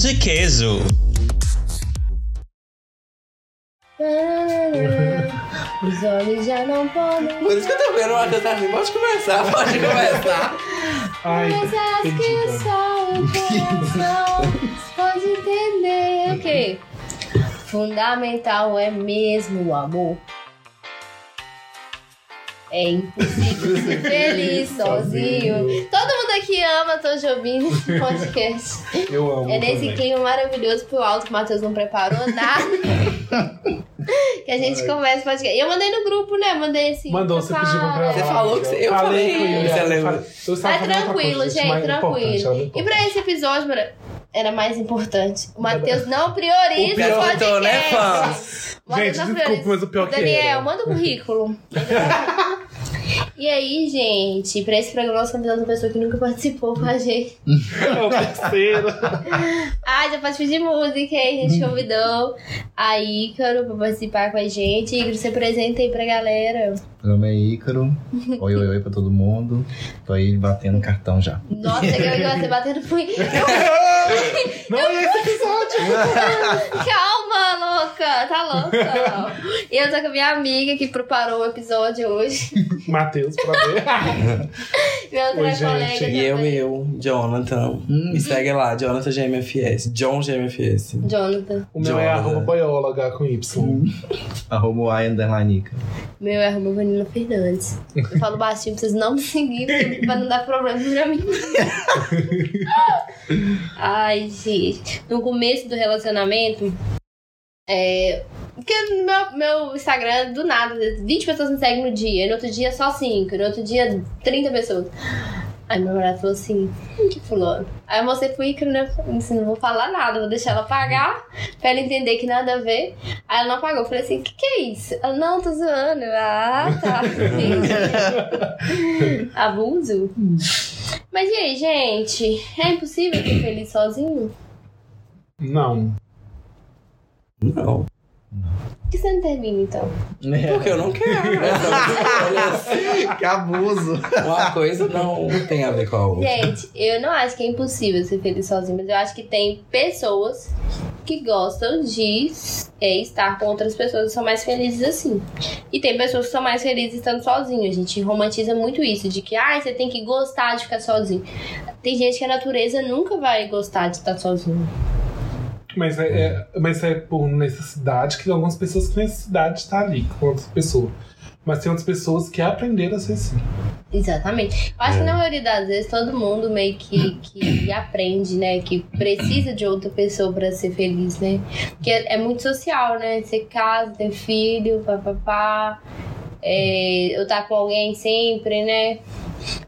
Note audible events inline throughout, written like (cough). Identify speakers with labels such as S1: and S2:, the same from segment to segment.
S1: de queijo.
S2: Os olhos já não podem.
S3: Por isso que eu tô vendo o Matheus assim, pode começar, pode começar.
S4: Ai,
S2: Coisas que
S4: entendi,
S2: só
S4: (laughs)
S2: o coração pode entender. Ok. Fundamental é mesmo o amor. É impossível ser
S4: (laughs)
S2: feliz sozinho. Todo mundo aqui ama Tom Jobim nesse podcast.
S4: eu (laughs) amo.
S2: É nesse
S4: também.
S2: clima maravilhoso pro alto que o Matheus não preparou
S4: (laughs)
S2: nada. que a gente
S4: Ai.
S2: começa o podcast. E eu mandei no grupo, né? Mandei assim.
S4: Mandou, você pediu pra gravar.
S3: Você falou que
S4: amiga.
S3: você- eu falei,
S4: com ele,
S3: você
S4: eu
S3: lembra?
S4: falei. Eu
S2: Mas
S4: estava fazendo é outra
S2: Tá tranquilo,
S4: coisa,
S2: gente,
S4: mas importante, ela é
S2: tranquilo. E
S4: importante.
S2: pra esse episódio, era- era mais importante. O Matheus não prioriza
S3: O pior
S2: os
S3: que tô, né,
S2: podcasts. O Matheus
S4: É. Gente,
S2: não
S4: desculpa,
S2: prioriza.
S4: mas o pior que
S2: Daniel,
S4: era.
S2: manda o
S4: (laughs)
S2: currículo. E aí, gente, pra esse programa nós convidamos uma pessoa que nunca participou com a gente.
S4: É o terceiro.
S2: (laughs) Ah, já pode pedir música, hein? A gente convidou a Ícaro pra participar com a gente. Ícaro, você apresenta aí pra galera.
S5: Meu nome é Ícaro. Oi, oi, oi pra todo mundo. Tô aí batendo um cartão já.
S2: Nossa, que legal, você batendo punho.
S4: (laughs) Não é esse episódio.
S2: (laughs) Calma, louca, tá louca. E eu tô com a minha amiga que preparou o episódio hoje.
S4: Matheus, pra
S3: (laughs)
S4: ver.
S2: Minha outra
S4: Oi, gente.
S2: colega.
S3: E eu,
S2: também.
S3: eu, Jonathan. Me segue lá, Jonathan GMFS. John GMFS.
S2: Jonathan.
S4: O meu é
S3: Jonathan.
S4: arroba boiola, H com Y.
S5: Arroba o I underline Ícaro.
S2: Meu é Romão Vanilla Fernandes. Eu falo baixinho pra vocês não me seguirem, pra não dar problema pra mim. Ai, gente. No começo do relacionamento, é. Porque no meu, meu Instagram, do nada, 20 pessoas me seguem no dia, no outro dia só 5, no outro dia 30 pessoas. Aí meu namorado falou assim, "Quem que fulano? Aí eu mostrei pro Icaro, né? Eu disse, não vou falar nada, vou deixar ela pagar, pra ela entender que nada a ver. Aí ela não apagou. Eu falei assim, o que, que é isso? Ela, não, tô zoando. Eu, Ah, tá. entendi. Abuso. Mas e aí, gente? É impossível ser feliz sozinho?
S4: Não.
S3: Não.
S2: Por que você não termina, então?
S3: Porque eu não quero. né? (laughs) Olha,
S5: Que abuso.
S3: Uma coisa não tem a ver com a outra.
S2: Gente, eu não acho que é impossível ser feliz sozinho, mas eu acho que tem pessoas que gostam de é, estar com outras pessoas e são mais felizes assim. E tem pessoas que são mais felizes estando sozinho. A gente romantiza muito isso, de que ah, você tem que gostar de ficar sozinho. Tem gente que a natureza nunca vai gostar de estar sozinho.
S4: Mas é, é- mas é por necessidade que tem algumas pessoas que têm necessidade de estar ali com outras pessoas. Mas tem outras pessoas que aprenderam a ser assim.
S2: Exatamente. Eu acho que
S3: É.
S2: na maioria das vezes todo mundo meio que,
S3: (coughs)
S2: que aprende, né? Que precisa de outra pessoa pra ser feliz, né? Porque é, é muito social, né? Você casa, tem filho, papapá. É, eu tá com alguém sempre, né?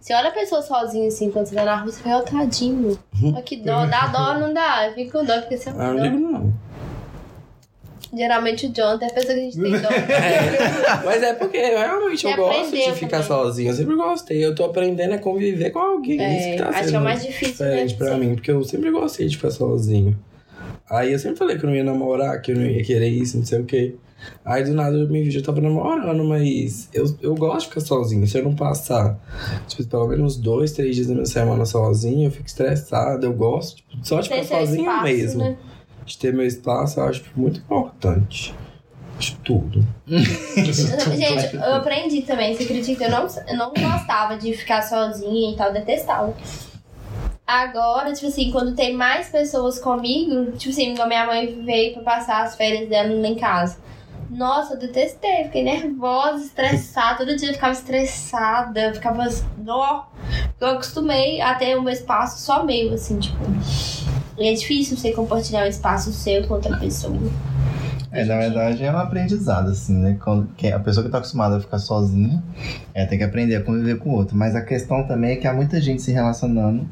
S2: Você olha a pessoa sozinha assim, quando você tá na rua, você fala, ó, tadinho. Olha que dó, dá dó, não dá. Eu fico com dó, porque você é um
S3: Ah, Eu não
S2: dó.
S3: digo não.
S2: Geralmente o Jonathan é a pessoa que a gente
S3: (laughs)
S2: tem dó.
S3: É, (laughs) Mas é porque eu realmente
S2: Você
S3: eu gosto de
S2: aprendeu
S3: ficar
S2: também.
S3: sozinho. Eu sempre gostei. Eu tô aprendendo a conviver com alguém. isso
S2: É,
S3: que tá
S2: acho que é
S3: sendo
S2: o mais difícil, né?
S3: diferente pra mim, porque eu sempre gostei de ficar sozinho. Aí eu sempre falei que eu não ia namorar, que eu não ia querer isso, não sei o quê. Aí do nada eu me vi, eu tava namorando, mas eu, eu gosto de ficar sozinho. Se eu não passar, tipo, pelo menos dois, três dias da minha semana sozinho, eu fico estressado, eu gosto tipo, só de
S2: Ter
S3: ficar
S2: seu
S3: sozinho
S2: espaço,
S3: mesmo.
S2: né?
S3: De ter meu espaço, eu acho muito importante. Acho tudo.
S5: Então
S2: Gente, eu aprendi também, você acredita? Eu não, eu não gostava de ficar sozinha e tal, detestava. Agora, tipo assim, quando tem mais pessoas comigo, tipo assim, igual minha mãe veio pra passar as férias dela lá em casa. Nossa, eu detestei, fiquei nervosa, estressada, todo dia eu ficava estressada, eu ficava. Ó, eu acostumei a ter um espaço só meu, assim, tipo. E é difícil você compartilhar um espaço seu com outra pessoa.
S5: É, na verdade é um aprendizado, assim, né? Quando, quem- a pessoa que tá acostumada a ficar sozinha, ela tem que aprender a conviver com o outro. Mas a questão também é que há muita gente se relacionando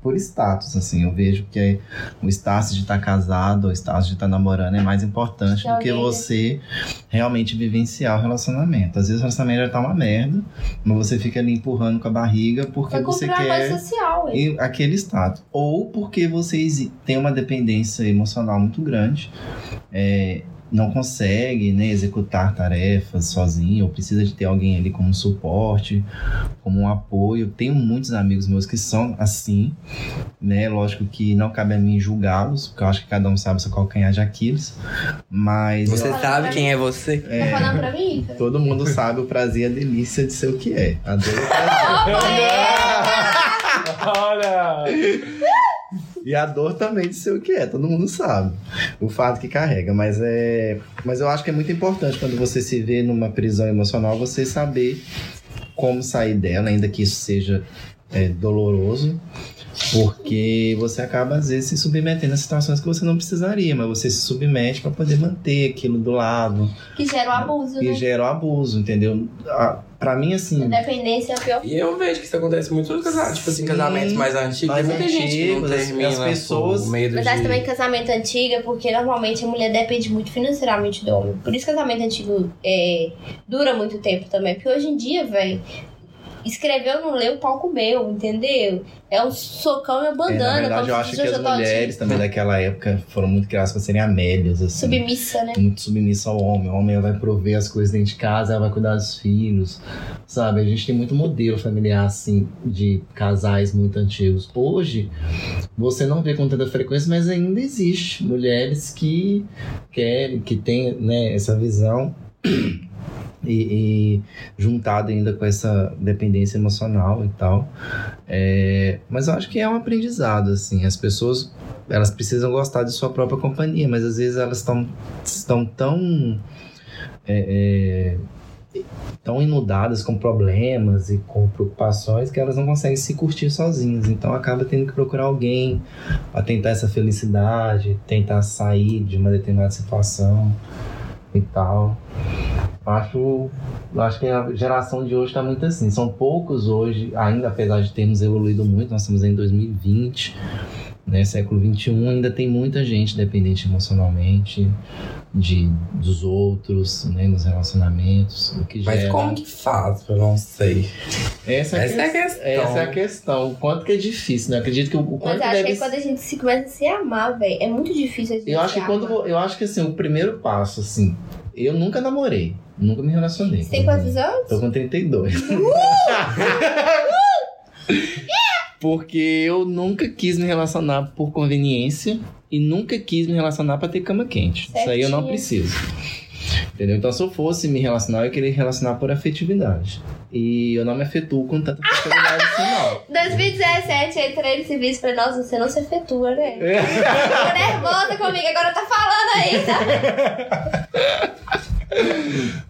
S5: por status, assim. Eu vejo que é- o status de estar casado, o status de estar namorando é mais importante
S2: De
S5: do que
S2: alguém, né?
S5: você realmente vivenciar o relacionamento. Às vezes o relacionamento já tá uma merda, mas você fica ali empurrando com a barriga porque
S2: Foi
S5: você
S2: cumprir uma
S5: quer...
S2: coisa social, hein?
S5: e aquele estado. Ou porque vocês têm uma dependência emocional muito grande. É, não consegue né, executar tarefas sozinho, ou precisa de ter alguém ali como um suporte, como um apoio. Tenho muitos amigos meus que são assim, né? Lógico que não cabe a mim julgá-los, porque eu acho que cada um sabe seu calcanhar de Aquiles, mas
S2: Você
S5: eu-
S2: sabe quem
S3: é você?
S5: é,
S2: Tá falando pra mim? Ícaro?
S5: todo mundo sabe o prazer e a delícia de ser o que é. A dor e o
S4: (laughs)
S5: prazer.
S4: Olha!
S5: E a dor também de ser o que é, todo mundo sabe. O fato que carrega, mas é. Mas eu acho que é muito importante quando você se vê numa prisão emocional, você saber como sair dela, ainda que isso seja é, doloroso. Porque você acaba, às vezes, se submetendo a situações que você não precisaria, mas você se submete para poder manter aquilo do lado.
S2: Que gera o abuso,
S5: E
S2: né?
S5: gera o abuso, entendeu? A- Pra mim, assim.
S2: Dependência é o pior.
S3: E eu vejo que isso acontece muito nos casamentos, tipo assim,
S5: Sim,
S3: casamentos mais antigos.
S5: mais
S3: Tem muita gente que não
S5: antigos, as-
S3: termina
S5: as pessoas-
S3: por medo
S2: Mas
S3: de...
S2: acho também que casamento antigo é porque normalmente a mulher depende muito financeiramente do homem. Por isso que casamento antigo é, dura muito tempo também. Porque hoje em dia, velho, escreveu, não leu, o pau comeu, entendeu? É um socão e uma
S5: é,
S2: bandana.
S5: na
S2: como
S5: verdade,
S2: se tá
S5: eu acho
S2: fosse
S5: que as
S2: Jojo Todinho.
S5: mulheres também daquela época foram muito criadas para serem amélias, assim.
S2: Submissa, né?
S5: muito submissa ao homem. O homem vai prover as coisas dentro de casa, ela vai cuidar dos filhos, sabe? A gente tem muito modelo familiar, assim, de casais muito antigos. Hoje, você não vê com tanta frequência, mas ainda existe mulheres que querem, que têm né, essa visão. (clears throat) E, e juntado ainda com essa dependência emocional e tal. É, mas eu acho que é um aprendizado, assim. As pessoas, elas precisam gostar de sua própria companhia, mas às vezes elas estão estão tão é, é, tão inundadas com problemas e com preocupações que elas não conseguem se curtir sozinhas. Então acaba tendo que procurar alguém para tentar essa felicidade, tentar sair de uma determinada situação e tal. Eu Acho, eu acho que a geração de hoje está muito assim. São poucos hoje, ainda apesar de termos evoluído muito, nós estamos em 2020, né, século 21, ainda tem muita gente dependente emocionalmente de, dos outros, né, nos relacionamentos, o que
S3: Mas
S5: gera-
S3: como que faz? Eu não sei.
S5: Essa,
S3: Essa é a
S5: é,
S3: questão.
S5: a essa é a questão. O quanto que é difícil, né? Eu acredito que o, o
S2: Mas
S5: quanto
S2: eu acho que
S5: deve
S2: aí quando a gente se começa a se amar, velho, é muito difícil a gente
S5: Eu acho
S2: se
S5: que quando
S2: amar.
S5: vo- eu acho que assim, o primeiro passo assim, eu nunca namorei, nunca me relacionei.
S2: Você tem quantos anos? Uh!
S5: Tô com 32. (laughs) Porque eu nunca quis me relacionar por conveniência e nunca quis me relacionar pra ter cama quente. Isso aí eu não
S2: Certinho.
S5: preciso. Entendeu? Então, se eu fosse me relacionar, eu queria me relacionar por afetividade. E eu não me afetuo
S2: (laughs)
S5: com tanta afetividade assim, não.
S2: 2017, eu entrei nesse vídeo e falei, nossa, você não se efetua, né? Ficou nervosa comigo, agora tá falando aí, tá?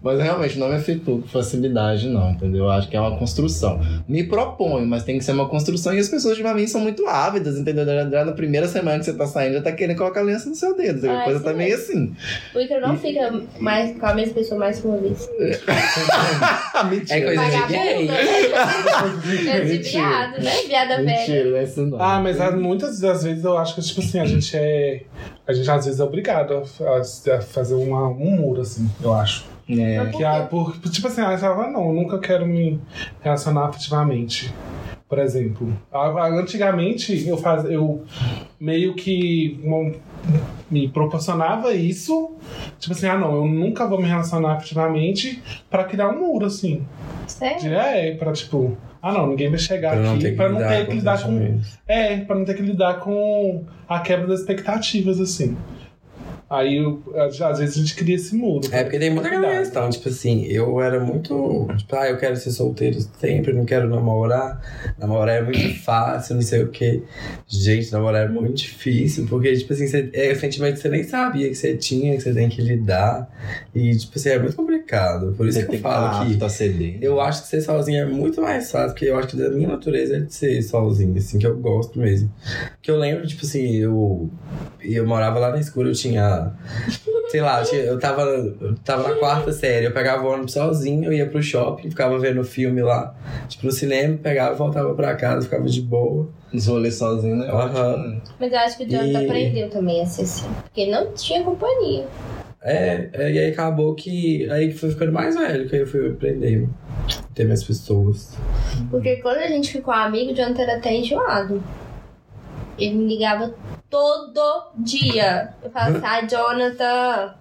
S5: Mas realmente não me afetou com facilidade, não, entendeu? Eu acho que é uma construção. Me proponho, mas tem que ser uma construção e as pessoas de pra mim são muito ávidas, entendeu? Já, já na primeira semana que você tá saindo, já tá querendo colocar lenço no seu dedo.
S2: Ah,
S5: A coisa
S2: isso
S5: tá meio assim.
S2: O Icaro não fica mais com a mesma pessoa mais que uma vez.
S5: Mentira.
S3: É coisa de gay.
S2: Vagabunda, né? É de
S5: Mentira.
S2: viado, né? Viada velha.
S5: Mentira, não é isso não.
S4: Ah, mas há- muitas das vezes eu acho que, tipo assim, a gente é. A gente às vezes é obrigado a, fa- a fazer uma, um muro, assim, eu acho.
S5: É.
S2: Mas por
S4: Que, ah,
S2: quê?
S4: por, tipo assim, ah, você fala, não, eu nunca quero me relacionar afetivamente. Por exemplo. Ah, ah, Antigamente eu, faz, eu meio que mo- me proporcionava isso. Tipo assim, ah não, eu nunca vou me relacionar afetivamente pra criar um muro, assim.
S2: Sério?
S4: De- É, pra tipo, ah não, ninguém vai chegar
S3: Pra não
S4: aqui
S3: ter
S4: pra não ter que lidar com
S3: isso.
S4: é, pra não ter que lidar com a quebra das expectativas, assim. Aí, eu- às às vezes, a gente cria esse muro. né?
S3: É porque tem muita
S4: Cuidado.
S3: questão, tipo assim, eu era muito. Tipo, ah, eu quero ser solteiro sempre, não quero namorar. Namorar é muito (coughs) fácil, não sei o quê. Gente, namorar é muito difícil, porque, tipo assim, você- é o sentimento que você nem sabia que você tinha, que você tem que lidar. E, tipo assim, é muito complicado. Por isso
S5: Você
S3: que
S5: tem
S3: eu
S5: que
S3: falo que.
S5: tá ceder.
S3: Eu acho que ser sozinho é muito mais fácil, porque eu acho que da minha natureza é de ser sozinho, assim, que eu gosto mesmo. Porque eu lembro, tipo assim, eu, eu morava lá na escura, eu tinha. Sei lá, eu tinha- eu tava, eu tava na quarta série, eu pegava o ônibus sozinho, eu ia pro shopping, ficava vendo filme lá, tipo, no cinema, pegava, voltava pra casa, ficava de boa.
S5: Os rolês sozinho,
S3: é
S5: né?
S3: Aham.
S5: Ótimo.
S2: Mas eu acho que o Jonathan
S3: E-
S2: aprendeu também a ser assim. Porque não tinha companhia.
S3: É, é, e aí acabou que. Aí que foi ficando mais velho, que aí eu fui aprendendo. a Ter mais pessoas.
S2: Porque quando a gente ficou amigo, o Jonathan era até enjoado. Ele me ligava todo dia. Eu falava assim, ah, Jonathan,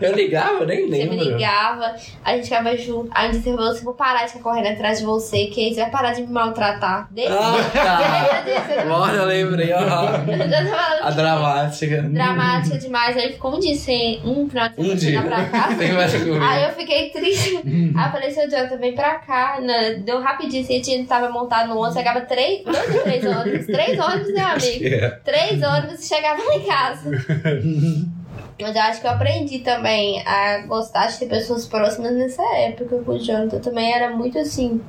S3: Eu ligava, nem
S2: Você
S3: lembro.
S2: me ligava, a gente ficava junto. Aí um dia você falou assim: vou parar de ficar correndo atrás de você, que aí você vai parar de me maltratar. Desde (laughs)
S3: Ah, tá. Bora, eu lembrei. ó. (laughs) A dramática.
S2: Dramática demais. Aí ficou um dia sem. Um final de semana
S3: Um
S2: sem
S3: dia.
S2: ir pra casa.
S3: (laughs) Sem mais comigo.
S2: Aí eu fiquei triste.
S3: (laughs)
S2: Aí eu falei, seu Jonathan, vem pra cá. Na- Deu rapidinho, assim, a gente tava montado no ônibus, chegava três, dois ou três ônibus, três ônibus, né, amigo?
S3: É.
S2: Três ônibus e chegava lá em casa. Mas eu acho que eu aprendi também a gostar de ter pessoas próximas nessa época com o Jonathan. Eu também era muito assim.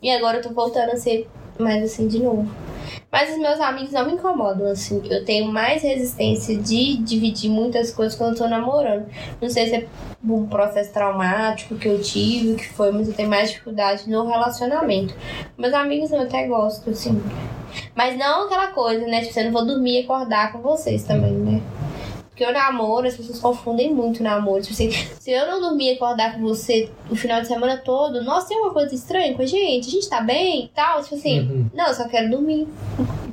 S2: E agora eu tô voltando a ser mais assim de novo. Mas os meus amigos não me incomodam, assim. Eu tenho mais resistência de dividir muitas coisas quando eu tô namorando. Não sei se é um processo traumático que eu tive, que foi, mas eu tenho mais dificuldade no relacionamento. Meus amigos não, eu até gosto, assim. Mas não aquela coisa, né? Tipo, você não vou dormir e acordar com vocês também, né? Porque eu namoro, as pessoas confundem muito o namoro. Tipo assim, se eu não dormir e acordar com você o final de semana todo, nossa, tem alguma coisa estranha com a gente? A gente tá bem e tal? Tipo assim,
S4: Uhum.
S2: não, eu só quero dormir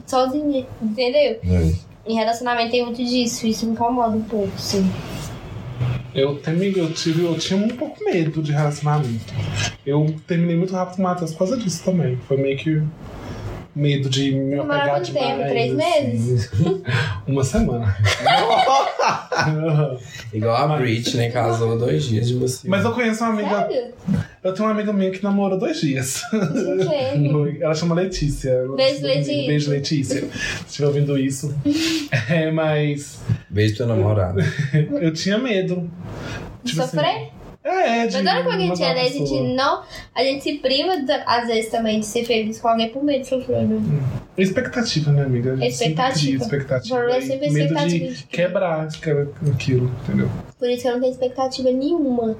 S2: sozinha, entendeu? Em relacionamento tem muito disso, isso me incomoda um pouco, sim.
S4: Eu também, eu tive, eu tinha um pouco medo de relacionamento. Eu terminei muito rápido com o Matheus por causa disso também. Foi meio que medo de assim. me
S2: Demorava
S4: apegar
S2: quanto
S4: demais.
S2: tempo? Três meses?
S4: Uma
S3: (laughs)
S4: semana.
S3: Igual a Britney casou dois dias de você.
S4: Mas eu conheço uma amiga. (laughs)
S2: Sério?
S4: Eu tenho uma amiga minha que namorou dois dias.
S2: Gente,
S4: Ela chama Letícia. Ela
S2: Beijo,
S4: disse comigo,
S2: Letícia.
S4: Beijo, Letícia. Se estiver ouvindo
S2: (laughs)
S4: isso. É, mas
S3: Beijo teu namorado.
S4: eu tinha medo. Tipo assim,
S2: Sofrer?
S4: É, de.
S2: Mas olha como a gente
S4: mudar
S2: é,
S4: a
S2: né? A gente
S4: pessoa.
S2: não. A gente se priva, da- às vezes, também, de ser feliz com alguém por medo de sofrer, né?
S4: Expectativa, né, amiga? A gente
S2: Expectativa.
S4: sempre cria
S2: O
S4: Expectativa.
S2: problema é
S4: e
S2: sempre
S4: medo
S2: expectativa.
S4: de quebrar aquela- aquilo, entendeu?
S2: Por isso que eu não tenho expectativa nenhuma.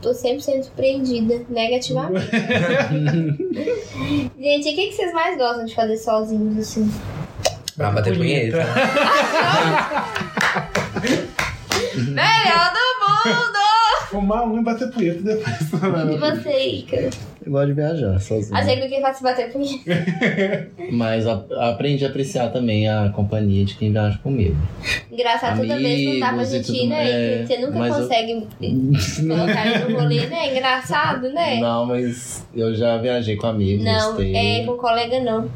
S2: Tô sempre sendo surpreendida, negativamente. Gente, e o que, que vocês mais gostam de fazer sozinhos, assim?
S3: Vai bater punheta.
S2: (laughs) Melhor do mundo!
S4: Fumar um e bater punheta depois.
S2: E você, Ícaro?
S5: Eu gosto de viajar sozinho.
S2: Achei que eu queria se bater por mim.
S5: Mas a- aprendi a apreciar também a companhia de quem viaja comigo.
S2: Engraçado, toda vez que não dá pra
S5: Amigos e
S2: gente
S5: tudo
S2: ir, né?
S5: mais.
S2: Ícaro? Você nunca
S5: Mas eu- (laughs)
S2: consegue colocar ele no rolê, né? Engraçado, né?
S5: Não, mas eu já viajei com amigos.
S2: Não,
S5: tem-
S2: é com colega não.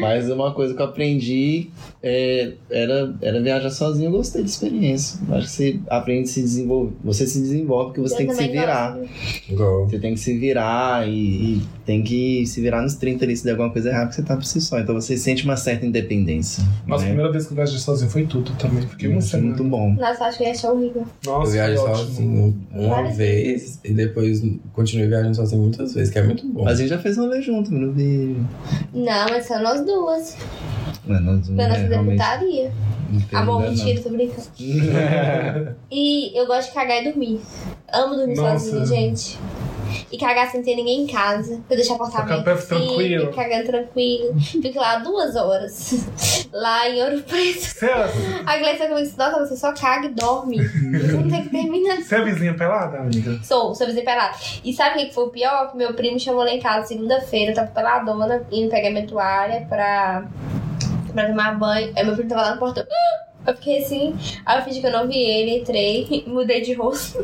S5: Mas uma coisa que eu aprendi é, era, era viajar sozinho, eu gostei da experiência. Eu Acho que você aprende a se desenvolver. Você se desenvolve porque você
S2: Eu
S5: tem que se
S2: também
S5: virar.
S2: gosto.
S3: Igual.
S5: Você tem que se virar e, e tem que se virar nos 30 ali se der alguma coisa errada, porque você tá por si só. Então você sente uma certa independência.
S4: Nossa,
S3: É.
S4: a
S5: né?
S4: primeira vez que eu viajei sozinho foi tudo também. Fiquei uma
S5: Isso é
S4: semana.
S5: muito bom.
S2: Nossa, acho que ia achar horrível.
S3: Eu
S4: Nossa,
S3: viajo
S4: foi ótimo.
S3: sozinho uma
S2: Várias
S3: vez e depois continuei viajando sozinho muitas vezes, que é muito bom.
S5: Mas a gente já fez um rolê junto, meu Deus.
S2: Não, mas são nós duas.
S5: Mas nós-
S2: Pela nossa
S5: é, realmente,
S2: deputaria.
S5: não tem
S2: Ah, bom,
S5: ainda, não.
S2: mentira, tô brincando.
S5: (laughs)
S2: E eu gosto de cagar e dormir. Amo dormir
S4: Nossa.
S2: sozinha, gente. E cagar sem ter ninguém em casa. Pra deixar o
S4: Ficar
S2: apartamento
S4: perto,
S2: assim,
S4: tranquilo.
S2: fico cagando tranquilo. Fico lá duas horas. (laughs) Lá em Ouro Preto.
S4: Você é,
S2: A Gleice comigo disse, nossa, você só caga e dorme. Você não tem que terminar.
S4: você é a vizinha pelada, amiga?
S2: Sou, sou vizinha pelada. E sabe o que que foi o pior? Que meu primo chamou lá em casa segunda-feira, eu tava peladona, indo pegar minha toalha pra, pra tomar banho. Aí meu primo tava lá no portão. "Ah!" Eu fiquei assim, aí eu fingi que eu não vi ele, entrei, (laughs) mudei de rosto.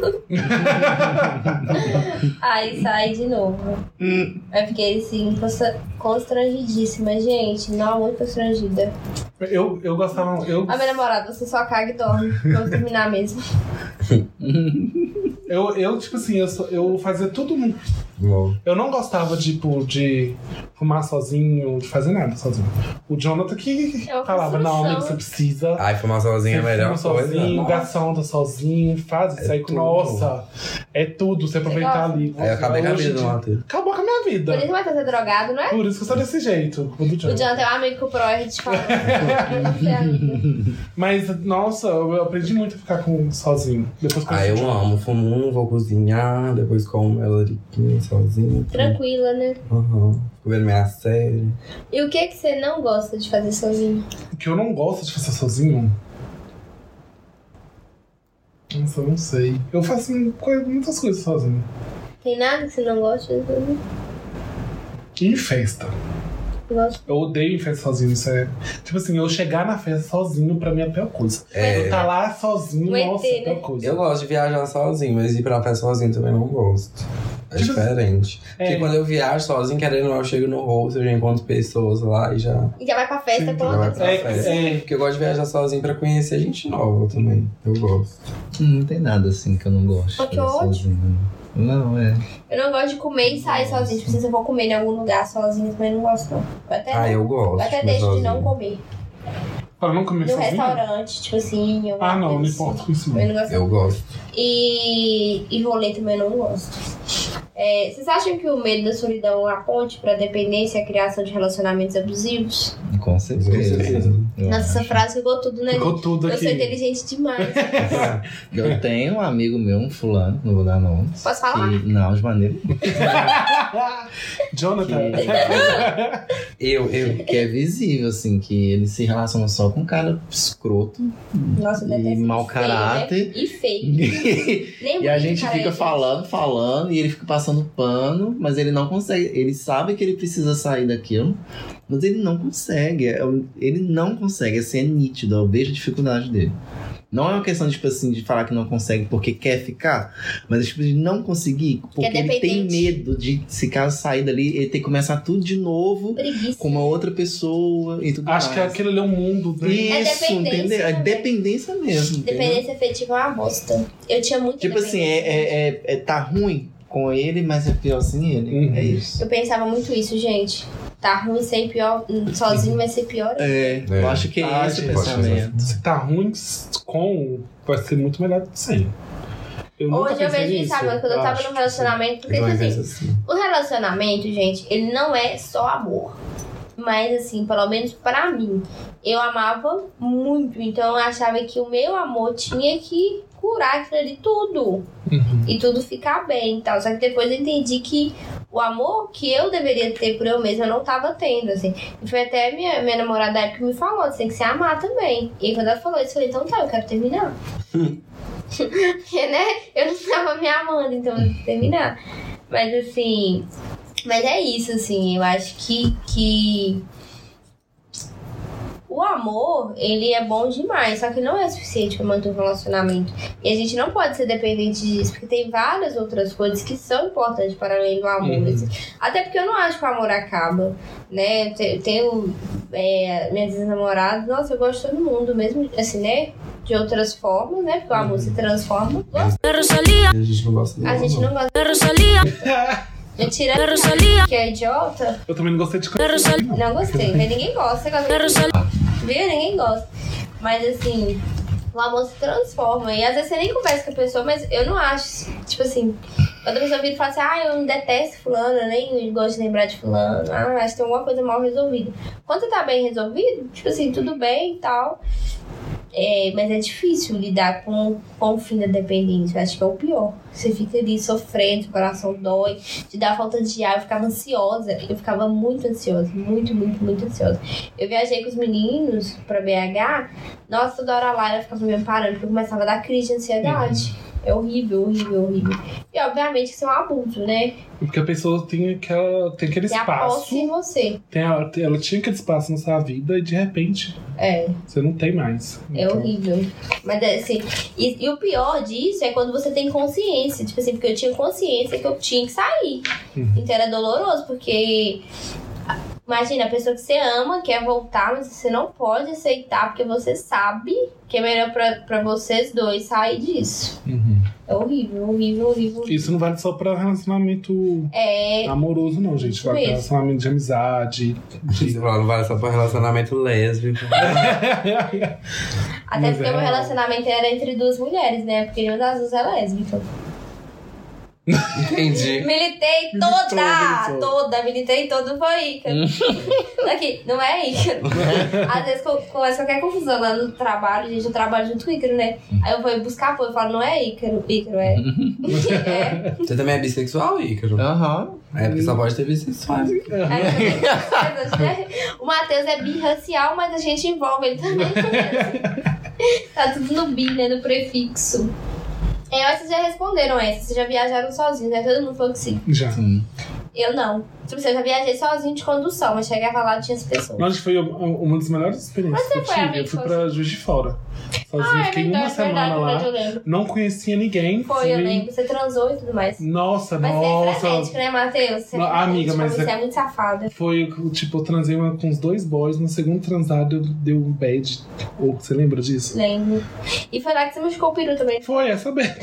S2: aí saí de novo. Aí fiquei assim, consta- constrangidíssima, gente. Não, muito constrangida.
S4: (laughs) Eu, eu gostava. Eu,
S2: A minha namorada, você só caga e dorme. Vamos terminar mesmo.
S4: eu, eu, tipo assim, eu, sou- eu fazia tudo. no-
S3: Bom.
S4: Eu não gostava, tipo, de fumar sozinho, de fazer nada sozinho. O Jonathan que
S2: É uma
S4: falava, não,
S2: construção.
S4: amigo, você precisa.
S3: Ai, fumar sozinho é a
S4: Você
S3: melhor
S4: fuma sozinho,
S3: coisa. Nossa.
S4: gasta onda sozinho, faz isso
S3: É
S4: aí com.
S3: tudo.
S4: Nossa, é tudo, você aproveitar
S2: gosta?
S4: ali.
S3: Aí eu acabei com a
S4: Hoje
S3: vida né?
S4: em
S3: do
S4: dia-
S3: Matheus.
S4: Acabou com a minha
S2: Por
S4: vida.
S2: isso vai ser drogado, não é?
S4: Por isso que eu sou desse jeito. como do
S2: O
S4: Jonathan.
S2: Jonathan é um amigo que o Proerd falou. Você é amigo.
S4: Mas, nossa, eu eu aprendi muito a ficar com, sozinho. Depois que
S3: Ah, eu amo. Fumo um, vou cozinhar, depois como ela sozinha.
S2: Tranquila, né?
S3: Aham. Fico vendo minha série.
S2: E o que que você não gosta de fazer sozinho?
S4: O que eu não gosto de fazer sozinho. Nossa, eu não sei. Eu faço mu- coi- muitas coisas sozinho.
S2: Tem nada que você não gosta de fazer?
S4: Em festa.
S2: Eu gosto.
S4: Eu odeio ir em festa sozinho, isso é. Tipo assim, eu chegar na festa sozinho, pra mim é a pior coisa.
S3: É.
S4: Eu tá lá sozinho,
S2: O ET,
S4: nossa, é a pior
S2: né?
S4: coisa.
S3: Eu gosto de viajar sozinho, mas ir pra festa sozinho também não gosto. É
S4: Tipo-
S3: diferente.
S4: É.
S3: Porque quando eu viajo sozinho, querendo ou não, eu chego no hostel, eu já encontro pessoas lá e já.
S2: E já vai pra festa
S4: Sim,
S2: com
S3: já vai pra
S2: outra.
S4: É,
S3: festa.
S4: é,
S3: Porque eu gosto de viajar sozinho pra conhecer gente nova também. Eu gosto.
S5: Hum, Não tem nada assim que eu não gosto. de
S2: Mas que
S5: fazer
S2: ódio.
S5: sozinho. Não, é.
S2: Eu não gosto de comer e sair sozinho. Tipo, se eu vou comer em algum lugar sozinho, também não gosto, não. Eu até,
S3: Ah, eu
S2: eu
S3: gosto.
S2: É, até
S3: mas
S2: deixo de não
S3: sozinho.
S2: comer.
S4: pra não comer
S2: No
S4: sozinho.
S2: restaurante, tipo assim. em algum
S4: Ah, não,
S2: lugar
S4: não
S2: assim.
S4: importa com isso. não.
S2: Eu não gosto.
S3: Eu gosto.
S2: E, e rolê também eu não gosto. É, vocês acham que o medo da solidão é a ponte pra dependência e a criação de relacionamentos abusivos?
S5: Com certeza.
S3: Com certeza.
S5: Eu
S2: Nossa,
S5: É, acho.
S2: essa frase ficou tudo, né?
S4: Ficou tudo
S2: Eu sou
S4: aqui.
S2: inteligente
S5: (laughs)
S2: demais.
S5: Eu tenho um amigo meu, um fulano, não vou dar nomes.
S2: Posso falar?
S5: que- não, de maneira
S4: (laughs) Jonathan.
S3: Eu, eu.
S5: que é visível, assim, que ele se relaciona só com um cara escroto
S2: Nossa, eu
S5: e
S2: detesto
S5: mau
S2: feio, né? (laughs)
S5: Hum, caráter.
S2: E feio.
S5: (laughs) E
S2: Nem
S5: a
S2: bonito,
S5: gente
S2: cara,
S5: fica
S2: é
S5: falando, falando, e ele fica passando pano, mas ele não consegue. Ele sabe que ele precisa sair daquilo, mas ele não consegue. É um- Ele não consegue, assim, é nítido. Eu vejo a dificuldade dele. Não é uma questão, tipo assim, de falar que não consegue porque quer ficar, mas é tipo de não conseguir, porque ele tem
S2: dependente.
S5: medo de, se caso sair dali, ele ter que começar tudo de novo
S2: Preguiça.
S5: com uma outra pessoa e tudo
S4: Acho que
S5: mais.
S4: aquilo ali é um mundo, né?
S5: Isso,
S2: É dependência,
S5: entendeu? É
S2: né?
S5: dependência mesmo. entendeu?
S2: Dependência afetiva é uma bosta. Eu tinha muito
S5: né? Tipo assim, é,
S2: dependência.
S5: é, é- é- tá ruim com ele, mas é pior sem ele.
S4: Uhum.
S5: É isso.
S2: Eu pensava muito isso, gente. Tá ruim sem pior. hum, Sozinho vai ser pior.
S5: É, eu acho que é
S4: Ah,
S5: esse o
S4: gente,
S5: pensamento.
S4: Se tá ruim s- com, vai ser muito melhor sem. Eu nunca
S2: Hoje eu
S4: pensei
S2: vejo
S4: nisso,
S2: isso, sabe? Quando eu tava
S4: acho
S2: num
S4: que é
S2: relacionamento, porque
S3: Eu
S2: tipo assim,
S3: penso assim.
S2: O relacionamento, gente, ele não é só amor. Mas assim, pelo menos pra mim, eu amava muito, então eu achava que o meu amor tinha que curar aquilo ali tudo
S4: sim. Uhum.
S2: e tudo ficar bem e tal. Só que depois eu entendi que o amor que eu deveria ter por eu mesma eu não tava tendo, assim. E foi até minha, minha namorada da época me falou, você tem que se amar também. E aí, quando ela falou isso, eu falei, então tá, eu quero terminar. (laughs) Porque, né, eu não tava me amando, então eu vou terminar. Mas assim. Mas é isso, assim, eu acho que. que... O amor, ele é bom demais, só que não é suficiente pra manter um relacionamento. E a gente não pode ser dependente disso, porque tem várias outras coisas que são importantes para além do amor.
S4: Uhum.
S2: assim. Até porque eu não acho que o amor acaba, né? Eu te- eu tenho é, minhas namoradas, nossa, eu gosto de todo mundo, mesmo assim, né? De outras formas, né? Porque o amor se transforma. Gosto.
S3: A gente não gosta do
S2: A gente
S3: amor.
S2: não gosta. tipo, Mentira, que é idiota.
S4: (laughs) Eu também não gostei de
S2: Não gostei, mas ninguém gosta. agora- Viu? Ninguém gosta. Mas assim, o amor se transforma. E às vezes você nem conversa com a pessoa, mas eu não acho. Tipo assim, outra pessoa vira e fala assim: ah, eu detesto Fulano, eu nem gosto de lembrar de Fulano. Ah, acho que tem alguma coisa mal resolvida. Quando você tá bem resolvido, tipo assim, tudo bem e tal. É, mas é difícil lidar com, com o fim da dependência. Eu acho que é o pior. Você fica ali sofrendo, o coração dói, te dá falta de ar. Eu ficava ansiosa. Eu ficava muito ansiosa. Muito, muito, muito ansiosa. Eu viajei com os meninos pra BH. Nossa, toda hora lá ela ficava me amparando, porque eu começava a dar crise de ansiedade. É horrível, horrível, horrível. E obviamente isso é um abuso, né?
S4: Porque a pessoa tem, aquela, tem aquele
S2: Tem a posse em
S4: espaço.
S2: você.
S4: Tem a- tem- ela tinha aquele espaço na sua vida e de repente
S2: É.
S4: você não tem mais.
S2: É
S4: Então,
S2: horrível. Mas assim, e, e o pior disso é quando você tem consciência. Tipo assim, porque eu tinha consciência que eu tinha que sair.
S4: Uhum.
S2: Então era doloroso, porque. a- Imagina, a pessoa que você ama quer voltar, mas você não pode aceitar, porque você sabe que é melhor pra, pra vocês dois sair disso.
S4: uhum.
S2: É horrível, horrível, horrível.
S4: Isso não vale só pra relacionamento
S2: É.
S4: amoroso, não, gente. Vale pra
S2: Isso.
S4: relacionamento
S2: (laughs)
S4: de amizade. (laughs)
S3: Você fala, não vale só pra relacionamento lésbico.
S2: Até
S4: Mas
S2: porque
S4: é
S2: o meu
S4: real.
S2: relacionamento era entre duas mulheres, né? Porque nenhuma das duas é lésbica.
S3: (laughs) Entendi.
S2: Militei toda!
S4: militou.
S2: Toda, militei todo foi Ícaro. Aqui, não é Ícaro. Às vezes co- começa qualquer confusão lá no trabalho, gente, eu trabalho junto com o Ícaro, né? Aí eu vou buscar apoio e falo, não é Ícaro, Ícaro é. é.
S3: Você também é bissexual, Ícaro?
S5: Aham.
S3: É, porque só pode ter bissexuais.
S2: Aí eu também tenho certeza, né? O Matheus é birracial, mas a gente envolve ele também. tá tudo no bi, né? No prefixo. É, mas vocês já responderam essa, vocês já viajaram sozinhos, né? Todo mundo falou que sim.
S4: Já.
S5: Sim.
S2: Eu não. Tipo assim, eu já viajei sozinho de condução, mas chegava lá e tinha as pessoas.
S4: Mas foi uma das melhores experiências
S2: Mas você
S4: que eu
S2: foi,
S4: tive. Eu
S2: amigo,
S4: fui
S2: foi
S4: pra Juiz de Fora. Sozinho,
S2: Ah, é
S4: fiquei uma
S2: verdade,
S4: semana
S2: verdade,
S4: lá.
S2: verdade, eu lembro.
S4: Não conhecia ninguém.
S2: Foi, eu
S4: fui-
S2: lembro. Você transou e tudo mais.
S4: Nossa,
S2: Mas você é frenético,
S4: nossa.
S2: né, Matheus? Você é
S4: Não, amiga,
S2: frenético,
S4: mas
S2: Você
S4: é-
S2: é muito safada.
S4: Foi, tipo, eu transei uma- com os dois boys. No segundo transado, eu dei um bad. Ou, você lembra disso?
S2: Lembro. E foi lá que você machucou o peru também.
S4: Foi essa bad.
S2: É.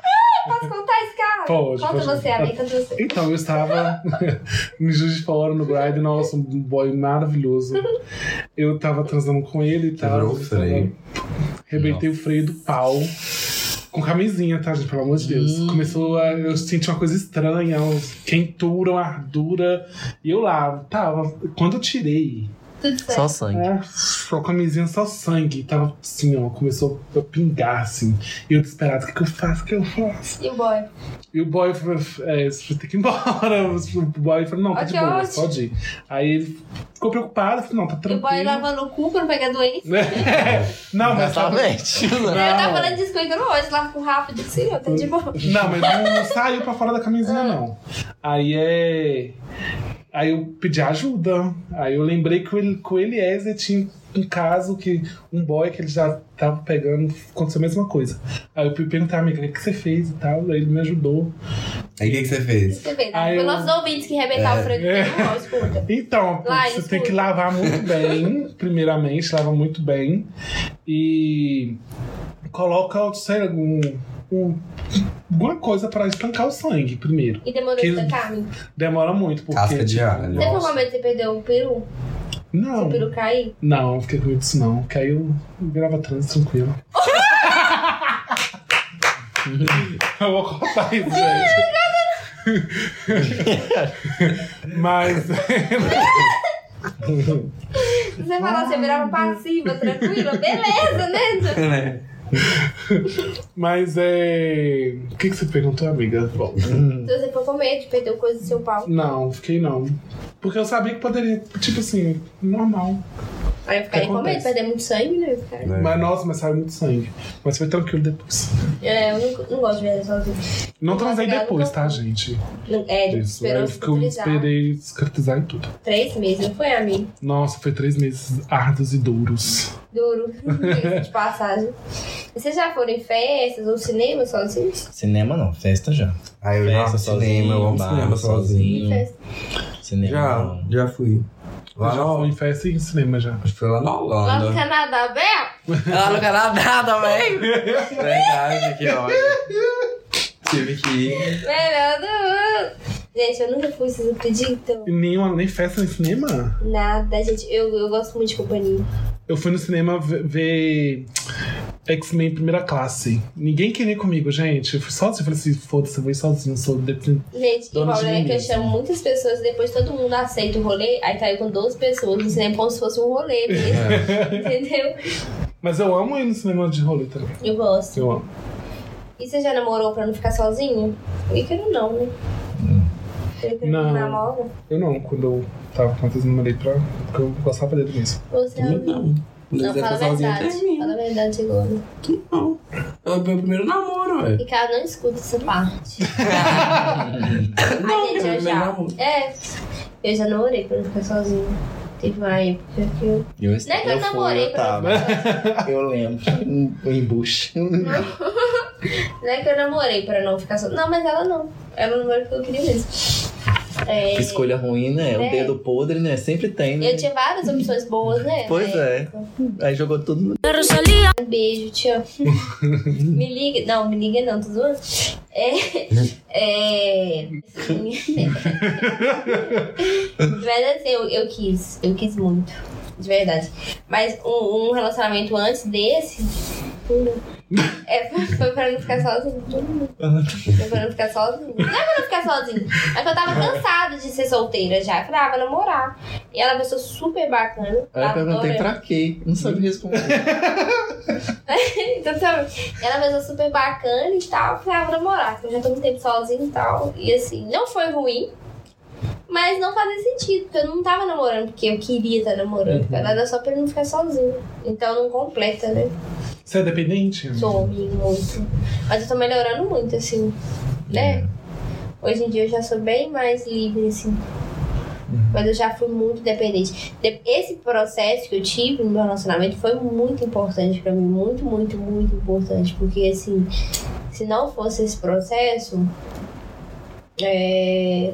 S2: (laughs) Posso contar esse cara?
S4: Pode,
S2: Conta
S4: pode.
S2: você, amiga, conta você.
S4: Então, eu estava (laughs) no Juiz de Fora, no Bride, nossa, um boy maravilhoso. Eu tava transando com ele e tal.
S3: Quebrou o
S4: eu tava-
S3: freio.
S4: Arrebentei o freio do pau. Com camisinha, tá, gente? Pelo amor de Deus.
S3: Hum.
S4: Começou a. Eu senti uma coisa estranha, uns quentura, uma ardura. E eu lá, tava. Quando eu tirei,
S2: Tudo certo.
S1: Só sangue.
S4: é, com a camisinha só sangue. Tava assim, ó. Começou a pingar, assim. E eu desesperado, o que, que eu faço? O que eu faço?
S2: E o boy?
S4: E o boy falou, é, você tem que ir embora. (laughs) O boy falou, não, tá
S2: Ah,
S4: de
S2: que
S4: boa,
S2: ótimo.
S4: pode ir. Aí ele ficou preocupado, falou, não, tá
S2: E o boy
S4: (laughs) tranquilo.
S2: lavando o cu pra não pegar doença.
S4: não, mas tá tava,
S1: Exatamente.
S2: né? Eu
S4: Não.
S2: tava falando disso comigo no hoje, lá com o Rafa, disse, senhor, tá de É. boa.
S4: Não, mas não saiu pra fora da camisinha, não. Aí é. Aí eu pedi ajuda. Aí eu lembrei que o El- com o Eliezer tinha um caso que um boy que ele já tava pegando aconteceu a mesma coisa. Aí eu fui perguntar, amiga, o que você fez e tal? Aí ele me ajudou.
S3: Aí o que, que você fez?
S2: Você vê,
S4: Aí
S2: né? Os
S4: eu-
S2: nossos ouvintes que rebentar o frango
S4: É.
S2: é. escuta.
S4: Então,
S2: Lá,
S4: você
S2: escuta.
S4: tem que lavar muito bem, primeiramente, lava muito bem. E coloca, sei, lá, um, um, alguma coisa pra estancar o sangue primeiro.
S2: E demorou
S4: Que-
S2: pra tancar, amigo.
S4: Demora muito, porque.
S3: Casca de alho.
S2: Você ficou
S4: Nossa.
S2: com medo de você perder o peru? Se
S4: Não,
S2: o peru cair?
S4: não, eu fiquei com medo disso não. Que aí eu grava trans tranquilo. eu vou contar isso, gente. Mas.
S2: Se você falar, você virava passiva,
S4: (laughs)
S2: tranquila, beleza, né?
S3: Né?
S4: Mas é. O que, que você perguntou, amiga? Bom,
S2: Se Então, você ficou com medo de perder coisa do seu pau,
S4: não, fiquei não. Porque eu sabia que poderia, tipo assim, normal.
S2: aí eu ficaria com medo de
S4: Acontece.
S2: perder muito sangue, né? Eu ficaria-
S3: Né?
S4: Mas nossa, mas saiu muito sangue. Mas foi tranquilo depois.
S2: É, eu não, não gosto de viajar sozinho.
S4: Não
S2: Eu
S4: transei
S2: gosto dela,
S4: depois,
S2: nunca-
S4: tá, gente?
S2: Não- É,
S4: Isso. Aí
S2: esperou
S4: eu fico-
S2: cicatrizar.
S4: esperei cicatrizar e tudo.
S2: Três meses, não foi, amigo?
S4: Nossa, foi três meses árduos e duros.
S2: (laughs) Duro, de passagem. Vocês já foram em festas ou cinema sozinhos?
S5: Cinema não, festa já.
S3: Aí eu já
S5: Festa
S3: fui
S5: sozinho,
S3: cinema, eu amo
S5: bar
S3: cinema sozinho.
S5: sozinho.
S2: Festa.
S5: Cinema
S3: Já,
S5: não.
S3: já fui.
S4: Eu
S3: Lá
S4: já fui
S3: na,
S4: em festa e em cinema já.
S3: acho que foi lá na
S2: Lá no
S3: Holanda.
S2: Canadá, Bel?
S1: Ela não quer nada, velho.
S3: Verdade, aqui, ó. Tive que ir.
S2: Melhor do mundo. Gente, eu nunca fui, vocês acreditam?
S4: E nenhuma, nem festa nem cinema.
S2: Nada, gente. Eu, eu gosto muito de companhia.
S4: Eu fui no cinema ve- ver X-Men primeira classe. Ninguém queria ir comigo, gente. Eu fui sozinho. Eu falei assim, foda-se, eu vou ir sozinho. Sou dependente.
S2: Gente,
S4: Dona
S2: o
S4: de
S2: problema
S4: mim
S2: é que eu
S4: mesma.
S2: chamo muitas pessoas e depois todo mundo aceita o rolê. Aí tá eu com 12 pessoas no cinema como se fosse um rolê mesmo.
S3: É.
S2: entendeu?
S4: Mas eu amo ir no cinema de rolê também.
S2: Eu gosto.
S4: Eu amo.
S2: E você já namorou pra não ficar sozinho? Eu quero não, né? Eu quero
S4: Não.
S2: namora.
S4: Eu não, quando eu tava com o namorei pra. Porque eu gostava dele mesmo.
S2: Você é
S3: Também
S2: não.
S3: Não. Quando
S2: Não,
S3: quiser
S2: fala a
S3: ficar sozinho,
S2: verdade. Fala
S3: termina.
S2: a verdade agora.
S3: Não. É o meu primeiro namoro, velho.
S2: Ricardo, não escuta essa parte. Ai, gente, eu
S3: meu
S2: já.
S3: namoro.
S2: É. Eu já namorei pra não ficar sozinha. Teve uma época que eu.
S5: Né,
S2: Não
S5: Eu,
S2: é que eu,
S5: fui, tá,
S2: namorei
S5: eu
S2: pra
S5: tava.
S2: não ficar sozinha.
S5: (laughs) Eu lembro. Um um embuste. (laughs)
S2: Não é que eu namorei pra não ficar sozinha. Não, mas ela não. Ela namorou porque eu queria mesmo. É,
S5: Que Escolha ruim, né?
S2: É.
S5: O dedo podre, né? Sempre tem, né?
S2: eu tinha várias opções boas, né?
S5: Pois
S2: Na
S5: é.
S2: época.
S5: Aí jogou tudo no.
S2: Um beijo, te amo. me liga. Não, me liga não, tô zoando. É. É. assim, Mas assim, eu, eu quis. Eu quis muito. De verdade. Mas um, um relacionamento antes desse. É, foi- foi pra não ficar sozinho. Foi pra não ficar sozinho. Não é pra não ficar sozinho. É que eu tava cansada de ser solteira já. Eu falei, ah, vou namorar. E ela é uma pessoa super bacana.
S5: Aí eu perguntei
S2: adorei.
S5: pra quê? Não sabia (laughs) responder.
S2: Então, sabe, ela é uma pessoa super bacana e tal. Eu Falei, ah, vou namorar, porque eu já tô muito tempo sozinha e tal. E assim, não foi ruim, mas não fazia sentido, porque eu não tava namorando, porque eu queria estar namorando. Ela era só pra eu não ficar sozinha. Então não completa, né?
S4: Você é dependente?
S2: Sou amigo muito. Mas eu tô melhorando muito, assim, né? Hoje em dia eu já sou bem mais livre, assim. Mas eu já fui muito dependente. De- Esse processo que eu tive no meu relacionamento foi muito importante pra mim. Muito, muito, muito importante. Porque, assim, se não fosse esse processo, é...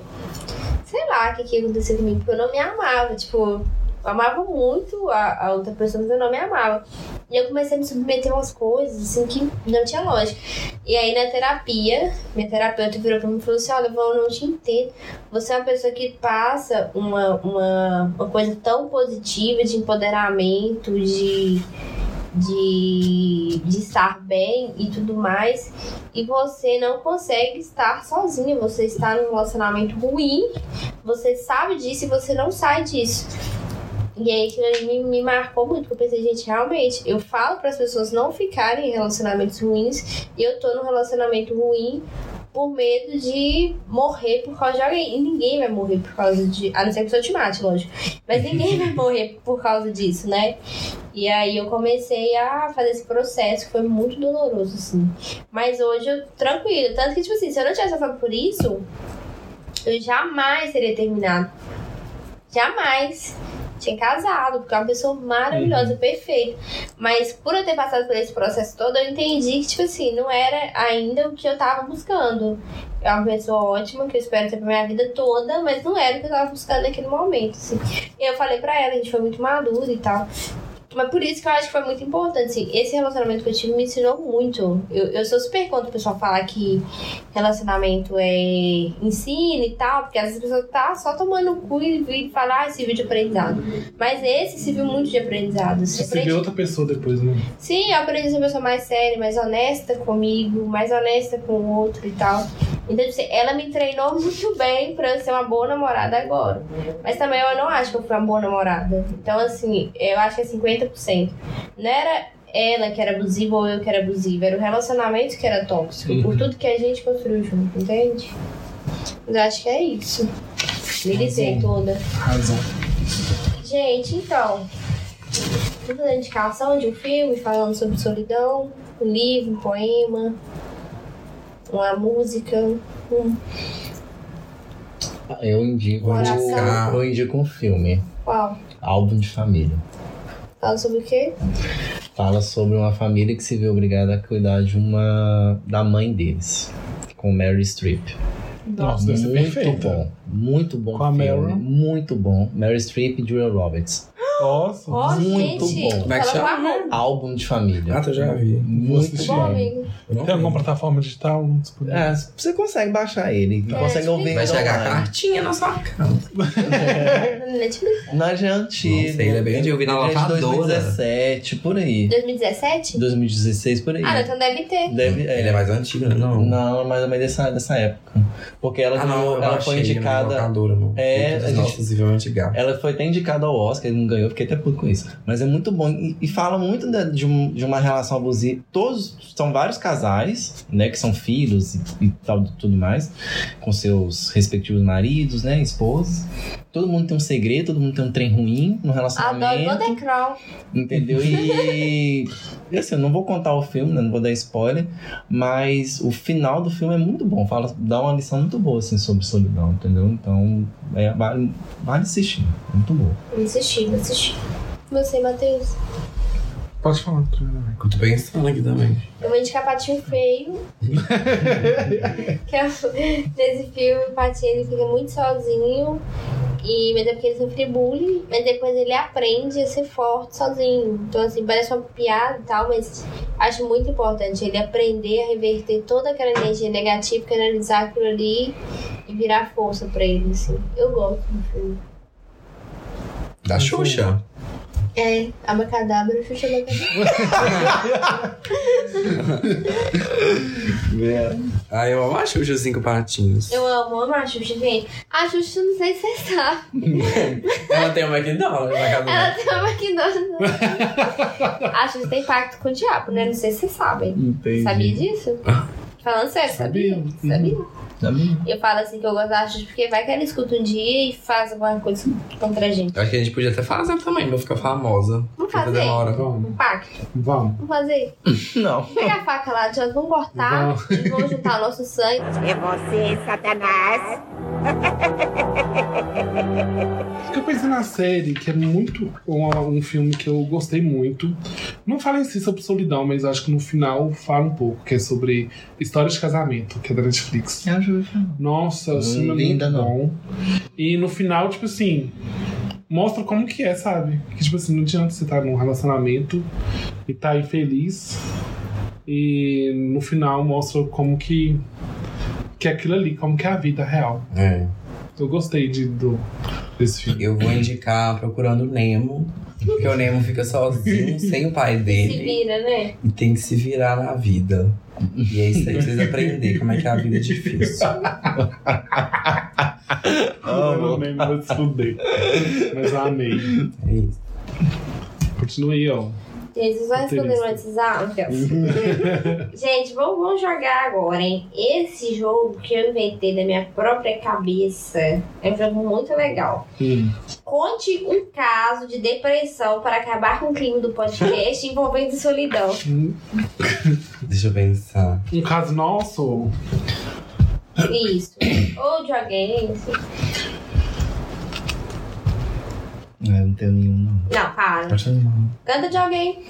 S2: sei lá o que, que aconteceu comigo. Porque eu não me amava. Tipo, eu amava muito a, a outra pessoa, mas eu não me amava. E eu comecei a me submeter a umas coisas, assim, que não tinha lógica. E aí, na terapia, minha terapeuta virou pra mim e falou assim: Olha, Val, eu não te entendo. Você é uma pessoa que passa uma, uma, uma coisa tão positiva de empoderamento, de, de, de estar bem e tudo mais. E você não consegue estar sozinha. Você está num relacionamento ruim, você sabe disso e você não sai disso. E aí aquilo ali me, me marcou muito, porque eu pensei, gente, realmente, eu falo para as pessoas não ficarem em relacionamentos ruins e eu tô num relacionamento ruim por medo de morrer por causa de alguém. E ninguém vai morrer por causa de. A não ser que a pessoa te mate, lógico. Mas ninguém vai morrer por causa disso, né? E aí eu comecei a fazer esse processo que foi muito doloroso, assim. Mas hoje eu tranquilo. Tanto que, tipo assim, se eu não tivesse passado por isso, eu jamais teria terminado. Jamais. Tinha casado, porque é uma pessoa maravilhosa, perfeita. Mas por eu ter passado por esse processo todo, eu entendi que, tipo assim, não era ainda o que eu tava buscando. É uma pessoa ótima, que eu espero ter pra minha vida toda, mas não era o que eu tava buscando naquele momento, assim. E eu falei pra ela, a gente foi muito madura e tal. Mas por isso que eu acho que foi muito importante, assim. Esse relacionamento que eu tive me ensinou muito. Eu, eu sou super contra o pessoal falar que relacionamento é ensino e tal, porque às vezes a pessoa tá só tomando o cu e e fala, ah, esse vídeo aprendizado. Mas esse se viu muito de aprendizado. assim.
S4: Você vê outra pessoa depois, né?
S2: Sim, eu aprendi a ser uma pessoa mais séria, mais honesta comigo, mais honesta com o outro e tal. Então, tipo assim, ela me treinou muito bem pra eu ser uma boa namorada agora. Mas também eu não acho que eu fui uma boa namorada. Então, assim, eu acho que é 50%. Não era ela que era abusiva ou eu que era abusiva, era o relacionamento que era tóxico,
S4: Uhum.
S2: por tudo que a gente construiu junto, entende? Mas eu acho que é isso. Militei toda.
S4: Razão.
S2: Gente, então. Vou fazer a indicação de um filme falando sobre solidão, um livro, um poema, uma música. Um...
S5: Eu indico,
S2: Vou
S3: indicar.
S5: eu indico um filme,
S2: Qual?
S5: álbum de família.
S2: Fala sobre o quê?
S5: Fala sobre uma família que se vê obrigada a cuidar de uma da mãe deles, com Mary Streep.
S4: Nossa, deve ser
S5: muito
S4: perfeito.
S5: bom, muito bom
S4: Com a
S5: filme,
S4: Meryl.
S5: muito bom. Mary Streep e Julia Roberts.
S4: Nossa.
S2: Ó,
S5: Muito bom. é
S2: gente,
S3: Vai
S2: fala com
S3: chamar,
S2: a mão.
S5: Álbum de família.
S3: Ah, eu já vi.
S5: Muito
S4: assistir.
S2: Bom,
S5: bom.
S2: amigo.
S3: Eu não
S4: Tem
S3: vi.
S4: alguma plataforma digital? disponível?
S5: É, você consegue baixar ele,
S2: É,
S5: consegue ouvir
S3: Vai
S5: ele
S3: chegar
S5: online.
S3: cartinha na sua casa.
S2: Netflix.
S5: Não, já é antigo.
S3: Nossa, ele é bem antigo, eu vi na
S5: Já é de
S3: lavadora.
S5: 2017, por aí.
S2: 2017?
S5: 2016, por aí.
S2: Ah, não,
S4: tá.
S2: então deve ter.
S5: Deve, é.
S3: Ele é mais antigo, né? Não.
S5: Não, é mais ou menos dessa, dessa época. Porque ela,
S3: Ah, não, eu
S5: ela
S3: baixei
S5: foi
S3: na
S5: indicada.
S3: locadora, mano.
S5: É,
S3: Todas
S5: a gente-
S3: nossas e vão antigar.
S5: Ela foi até indicada ao Oscar, não ganhou, fiquei até puto com isso. Mas é muito bom. E, e fala muito da- de, um- de uma relação abusiva. Todos são vários casais, né? Que são filhos e, e tal, tudo mais, com seus respectivos maridos, né? Esposas. Todo mundo tem um segredo, todo mundo tem um trem ruim no
S2: Adoro
S5: relacionamento.
S2: o The Crown.
S5: Entendeu? E, e assim, eu não vou contar o filme, né? não vou dar spoiler, mas o final do filme é muito bom. Fala, dá uma lição muito boa assim, sobre solidão, entendeu? Então, é, vale, vale assistir. Muito bom.
S2: Vou assistir, vou assistir. Você, Matheus.
S4: Pode falar. Julia.
S3: Eu tô pensando aqui também.
S2: Eu vou indicar Patinho Feio. que é, o- nesse filme, o Patinho ele fica muito sozinho. E, mas é porque ele sofre bullying, mas depois ele aprende a ser forte sozinho. Então, assim, parece uma piada e tal, mas acho muito importante ele aprender a reverter toda aquela energia negativa, canalizar aquilo ali e virar força pra ele, assim. Eu gosto do filme.
S3: Da Xuxa.
S2: É, Abacadabra, Xuxa Abacadabra.
S3: Ah, eu amo a Xuxa e os Cinco Patinhos.
S2: Eu amo, amo a Xuxa, gente. A Xuxa, não sei se você sabe.
S3: Ela tem uma McDonald's na casa
S2: Ela
S3: dela.
S2: tem uma (laughs) McDonald's. Acho que isso tem pacto com o diabo, né? Não sei se vocês sabem.
S5: Entendi.
S2: Sabia disso? Falando sério, sabia? Uhum.
S4: Sabia.
S2: Sabia.
S5: Também.
S2: Eu falo assim que eu gosto da artista porque vai que ela escuta um dia e faz alguma coisa contra a gente.
S3: Acho que a gente podia até fazer também pra ficar famosa.
S2: Vamos
S3: Porque
S2: fazer.
S3: demora.
S4: Vamos,
S2: Um pacto.
S4: vamos.
S2: Vamos fazer.
S5: Não.
S2: Pegar a faca lá, já vamos cortar e vamos juntar nosso sangue.
S6: É você, Satanás.
S4: Porque eu pensei na série, que é muito. Um, um filme que eu gostei muito. Não fala em si sobre solidão, mas acho que no final fala um pouco, que é sobre história de casamento, que é da Netflix.
S5: É a Júlia.
S4: Nossa, o
S5: Hum,
S4: filme é
S5: linda,
S4: muito bom. E no final, tipo assim, mostra como que é, sabe? Que tipo assim, não adianta você estar num relacionamento e tá infeliz. E no final mostra como que. Que é aquilo ali, como que é a vida real.
S3: É.
S4: Eu gostei de, do, desse filme.
S3: Eu vou indicar procurando o Nemo. Porque o Nemo
S2: (laughs)
S3: fica sozinho, sem o pai
S2: Se
S3: dele.
S2: vira, né?
S3: E tem que se virar na vida. E é isso aí, vocês aprenderem como é que a vida é difícil.
S4: eu não lembro, eu desfudei. Mas eu amei.
S3: É isso.
S4: Continue, ó.
S2: Jesus vai responder no WhatsApp.
S5: (laughs)
S2: gente, vamos, vamos jogar agora, hein? Esse jogo que eu inventei da minha própria cabeça é um jogo muito legal.
S4: Hum.
S2: Conte um caso de depressão para acabar com o clima do
S5: (laughs)
S2: podcast envolvendo solidão.
S3: Deixa eu pensar.
S4: Um caso nosso.
S2: Isso. Ou de alguém. assim.
S5: Eu É, não tenho nenhum, não. um
S2: Não, para.
S5: Acho não.
S2: Canta de alguém.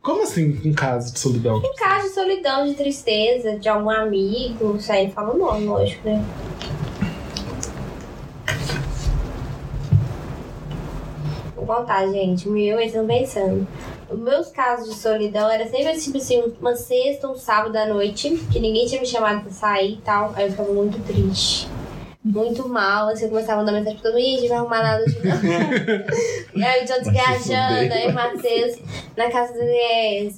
S4: Como assim um caso de solidão?
S2: Um caso de solidão, de tristeza, de algum amigo. Isso aí não fala o nome, lógico, né? Vou contar, gente. O Meu, eles estão pensando. Os meus casos de solidão era sempre tipo assim, uma sexta, um sábado à noite, que ninguém tinha me chamado pra sair e tal. Aí eu ficava muito triste. Muito mal, assim, eu começava a mandar mensagem pra todo mundo, "Ih, a gente vai arrumar nada hoje não." e aí o John viajando, aí o Matheus na casa do Elias.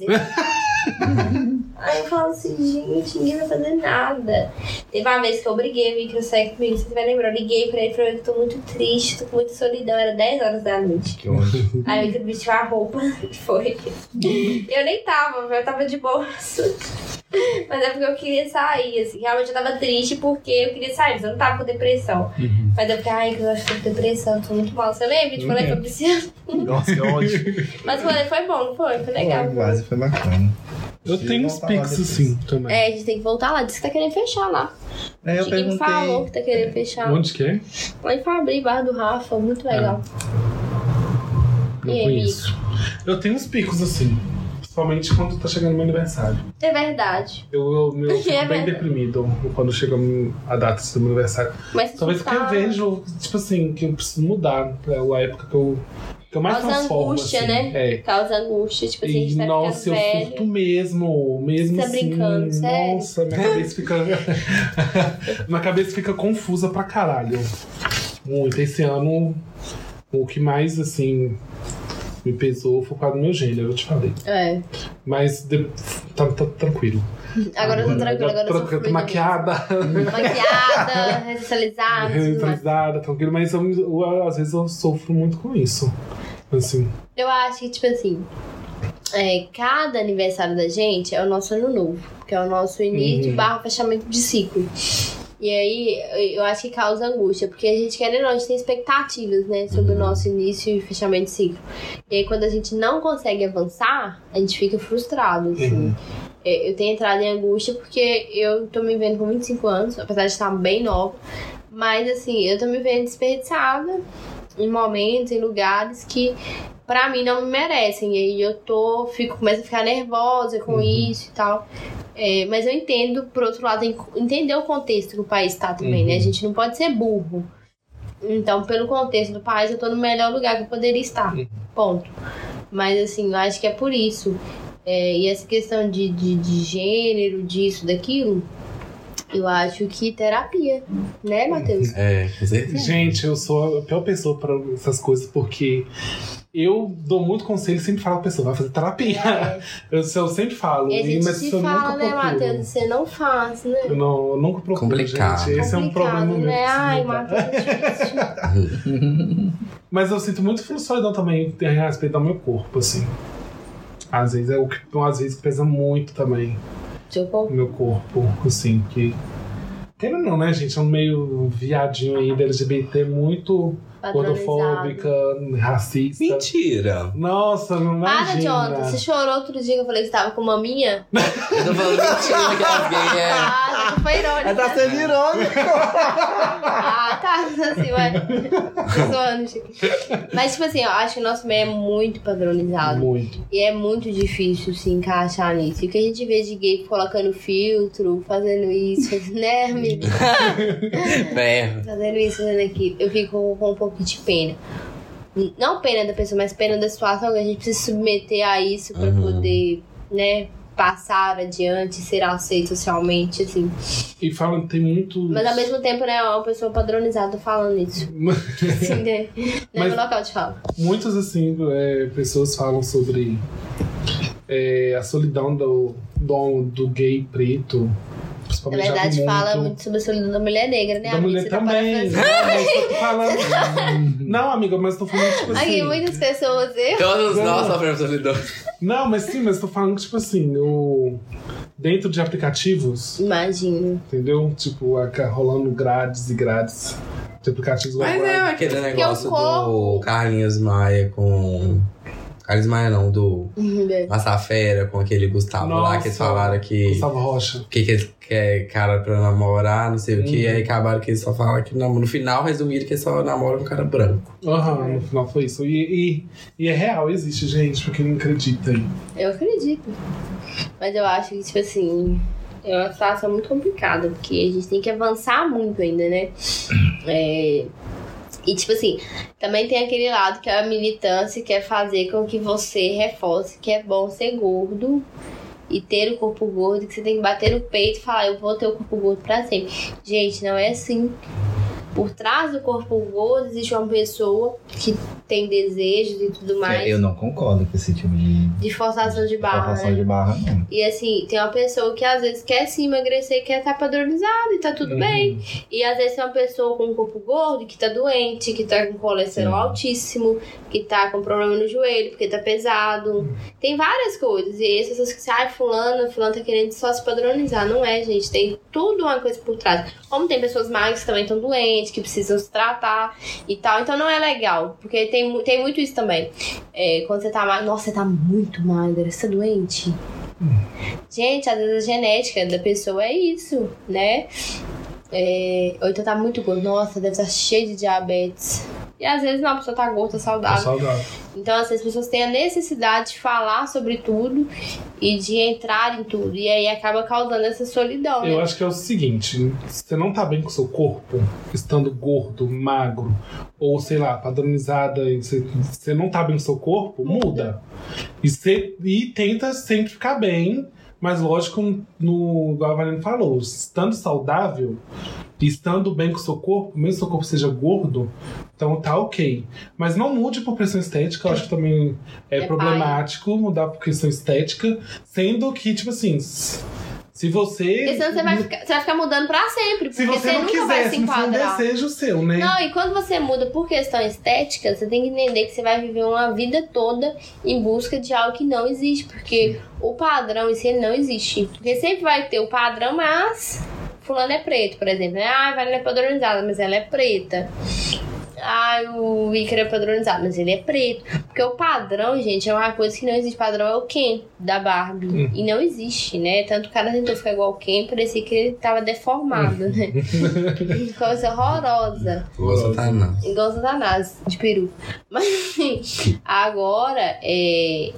S2: aí eu falo assim, gente, ninguém vai fazer nada. Teve uma vez que eu obriguei o Victor a sair comigo, você vai lembrar, eu liguei pra ele e falei que tô muito triste, tô com muita solidão, era 10 horas da noite.
S3: Que ódio.
S2: Aí o Igor vestiu a roupa (laughs) e foi. Eu nem tava, eu tava de bolso. Mas é porque eu queria sair, assim. Realmente eu tava triste porque eu queria sair, mas eu não tava com depressão. Mas eu fiquei, ai, Igor, eu acho que eu tô com depressão, tô muito mal. Você lembra? Tipo, eu falei pra Priscila.
S5: Nossa, que ódio.
S2: Mas o rolê foi bom, não foi? Foi legal.
S5: Quase foi bacana.
S4: Eu tenho uns
S5: Vamos falar
S4: pics
S5: depois.
S4: assim também.
S2: É, a gente tem que voltar lá, disse que tá querendo fechar lá.
S5: Aí eu
S2: Acho que quem
S5: perguntei.
S2: falou que tá querendo fechar.
S4: Onde que é?
S2: Lá em Fabri, Barra do Rafa, muito legal.
S4: Não
S2: E aí,
S4: conheço. Eu tenho uns picos assim. Principalmente quando tá chegando meu aniversário.
S2: É verdade.
S4: Eu, eu,
S2: (laughs)
S4: meu, eu
S2: Que
S4: fico
S2: é
S4: bem
S2: verdade.
S4: deprimido quando chega um, a data do meu aniversário.
S2: Mas
S4: Talvez porque eu
S2: tá-
S4: vejo, tipo assim, que eu preciso mudar. É a época que eu, que eu mais
S2: Causa
S4: transformo.
S2: angústia,
S4: assim.
S2: né?
S4: É.
S2: Causa angústia, tipo assim, a
S4: E
S2: gente tá
S4: nossa, eu
S2: ficando velho.
S4: surto mesmo, mesmo
S2: Você tá
S4: assim.
S2: brincando, sério?
S4: Nossa, minha cabeça fica. minha cabeça fica (laughs) confusa pra caralho. Muito. Esse ano, o que mais, assim, me pesou foi por causa do meu gênero, eu te falei.
S2: É.
S4: Mas de- tá, tá tranquilo.
S2: Agora eu tô tranquila, agora eu sou
S4: tô, tô
S2: fluida.
S4: maquiada,
S2: Maquiada, (laughs)
S4: (laughs)
S2: ressocializada. tudo mais.
S4: revitalizada, tranquilo, mas eu, eu- às vezes eu sofro muito com isso. Assim,
S2: Eu acho que, tipo assim, é, cada aniversário da gente é o nosso ano novo, que é o nosso início
S4: Uhum.
S2: barra fechamento de ciclo. E aí, eu acho que causa angústia, porque a gente, querendo ou não, a gente tem expectativas, né, sobre
S4: Uhum.
S2: o nosso início e fechamento de ciclo. E aí, quando a gente não consegue avançar, a gente fica frustrado, assim.
S4: Uhum.
S2: É, Eu tenho entrado em angústia porque eu tô me vendo com 25 anos, apesar de estar bem nova. Mas, assim, eu tô me vendo desperdiçada em momentos, em lugares que pra mim não me merecem. E aí eu tô, fico, começo a ficar nervosa com
S4: Uhum.
S2: isso e tal. É, mas eu entendo, por outro lado, tem que entender o contexto que o país tá também,
S4: Uhum.
S2: né? A gente não pode ser burro. Então, pelo contexto do país, eu tô no melhor lugar que eu poderia estar.
S4: Uhum.
S2: Ponto. Mas, assim, eu acho que é por isso. É, e essa questão de, de, de gênero, disso, daquilo, eu acho que terapia, né,
S4: (laughs)
S2: Matheus?
S3: É, com certeza.
S4: gente, eu sou a pior pessoa pra essas coisas porque eu dou muito conselho e sempre falo pra pessoa, vai fazer terapia. Eu, eu sempre falo,
S2: É. E a gente
S4: mas
S2: se
S4: eu
S2: fala,
S4: nunca
S2: né, Matheus?
S4: procuro.
S2: Você não faz, né?
S4: Eu, não, eu nunca procuro.
S3: Complicado.
S4: gente. Esse é um
S2: Complicado,
S4: problema meu.
S2: né?
S4: preciso
S2: Ai,
S4: mudar.
S2: Matheus, difícil.
S4: Mas eu sinto muito solidão também a respeito do meu corpo, assim. Às vezes é o que às vezes pesa muito também.
S2: Seu povo?
S4: meu corpo, assim, que. Querendo ou não, né, gente? É um meio viadinho aí da LGBT muito gordofóbica, racista.
S3: Mentira!
S4: Nossa, não
S2: Para,
S4: imagina.
S2: Jonathan. Você chorou outro dia que eu falei que você tava com maminha?
S1: Eu tô falando mentira que as gays é.
S2: Ah, não foi irônico.
S4: (laughs)
S5: Ela tá sendo irônica.
S2: Ah, tá. Assim, ué. Tô zoando, Chico. Mas, tipo assim, eu acho que o nosso meio é muito padronizado.
S4: Muito.
S2: E é muito difícil se encaixar nisso. E o que a gente vê de gay colocando filtro, fazendo isso, (laughs) fazendo, né, amigo?
S1: Né?
S2: Fazendo isso, fazendo aquilo. Eu fico com um pouco de pena. Não pena da pessoa, mas pena da situação que a gente precisa se submeter a isso pra
S3: Uhum.
S2: poder, né, passar adiante, ser aceito socialmente, assim.
S4: E falam que tem muito.
S2: Mas ao mesmo tempo, né, é uma pessoa padronizada falando
S4: (laughs)
S2: isso. Assim, né? Não é
S4: Mas-
S2: meu local de fala.
S4: Muitas, assim, é, pessoas falam sobre é, a solidão do, do, do gay preto.
S2: Na
S4: Principalmente
S2: verdade,
S4: muito-
S2: fala muito sobre a solidão da mulher negra, né?
S4: Da
S2: amiga?
S4: mulher
S2: Você tá
S4: também. né?
S2: parafraseando.
S4: Não, mas eu tô falando.
S2: (laughs)
S4: Não, amiga, mas tô falando tipo assim.
S2: Aqui, muitas pessoas, eu...
S1: Todos nós sofremos solidão.
S4: Não, mas sim, mas tô falando que, tipo assim, o... dentro de aplicativos,
S2: Imagino. (laughs)
S4: entendeu? Tipo, a- rolando grades e grades de aplicativos.
S3: Mas
S4: igual-
S3: é aquele
S4: um
S3: negócio
S2: corpo-
S3: do Carlinhos Maia com. Carlinhos Maia não, do
S2: Né?
S3: Massafera com aquele Gustavo lá que eles
S4: Nossa.
S3: falaram que.
S4: Gustavo Rocha.
S3: que, que eles querem cara pra namorar, não sei o que,
S4: Uhum.
S3: aí acabaram que eles só falam que não, no final resumiram que eles só namoram um cara branco.
S4: Aham,
S2: É.
S4: no final foi isso. E, e, e é real, existe, gente, pra quem não acredita aí.
S2: Eu acredito. Mas eu acho que, tipo assim, é uma situação muito complicada, porque a gente tem que avançar muito ainda, né? É, E, tipo assim, também tem aquele lado que a militância quer fazer com que você reforce que é bom ser gordo e ter o corpo gordo, que você tem que bater no peito e falar, eu vou ter o corpo gordo pra sempre. Gente, não é assim. Por trás do corpo gordo existe uma pessoa que tem desejos e tudo mais.
S5: É, Eu não concordo com esse tipo de
S2: De É, forçação de barra,
S5: forçação
S2: né?
S5: de barra, não.
S2: E assim, tem uma pessoa que às vezes quer se emagrecer e quer estar padronizada e tá tudo
S4: Uhum.
S2: bem. E às vezes tem uma pessoa com um corpo gordo que tá doente, que tá com colesterol
S5: Sim.
S2: altíssimo, que tá com problema no joelho, porque tá pesado. Tem várias coisas. E aí as pessoas que dizem, ai, fulano, fulano tá querendo só se padronizar. Não é, gente. Tem tudo uma coisa por trás. Como tem pessoas magras que também estão doentes, que precisam se tratar e tal. Então não é legal, porque tem, mu- tem muito isso também. É, quando você tá magra, nossa, você tá muito magra, você tá doente. Gente, às vezes a genética da pessoa é isso, né? É, ou então tá muito gordo, nossa, deve estar cheio de diabetes. E às vezes não, a pessoa tá gorda,
S4: Tá
S2: saudável.
S4: saudável.
S2: Então, assim, as pessoas têm a necessidade de falar sobre tudo e de entrar em tudo. E aí acaba causando essa solidão, né?
S4: Eu acho que é o seguinte: se você não tá bem com o seu corpo, estando gordo, magro, ou sei lá, padronizada, e você, você não tá bem com o seu corpo, muda. E, você, e tenta sempre ficar bem, mas lógico, no, igual a Valene falou, estando saudável e estando bem com o seu corpo, mesmo que seu corpo seja gordo, então tá ok. Mas não mude por pressão estética, eu acho que também é,
S2: É pai.
S4: problemático mudar por questão estética, sendo que, tipo assim. Se você.
S2: Porque senão você vai ficar, você vai ficar mudando pra sempre. Porque
S4: Se você não
S2: nunca vai
S4: quiser,
S2: se
S4: se não for um
S2: enquadrar.
S4: desejo seu, né?
S2: Não, e quando você muda por questão estética, você tem que entender que você vai viver uma vida toda em busca de algo que não existe. Porque o padrão em si ele não existe. Porque sempre vai ter o padrão, mas. Fulano é preto, por exemplo. né? Ah, ela é padronizada, mas ela é preta. Ah, o Icaro é padronizado, mas ele é preto. Porque o padrão, gente, é uma coisa que não existe. Padrão é o Ken da Barbie.
S4: Hum.
S2: E não existe, né? Tanto o cara tentou ficar igual o Ken, parecia que ele tava deformado, né? Coisa horrorosa.
S3: Igual
S4: Nossa.
S3: Satanás.
S2: Igual Satanás, de peru. Mas assim, agora é,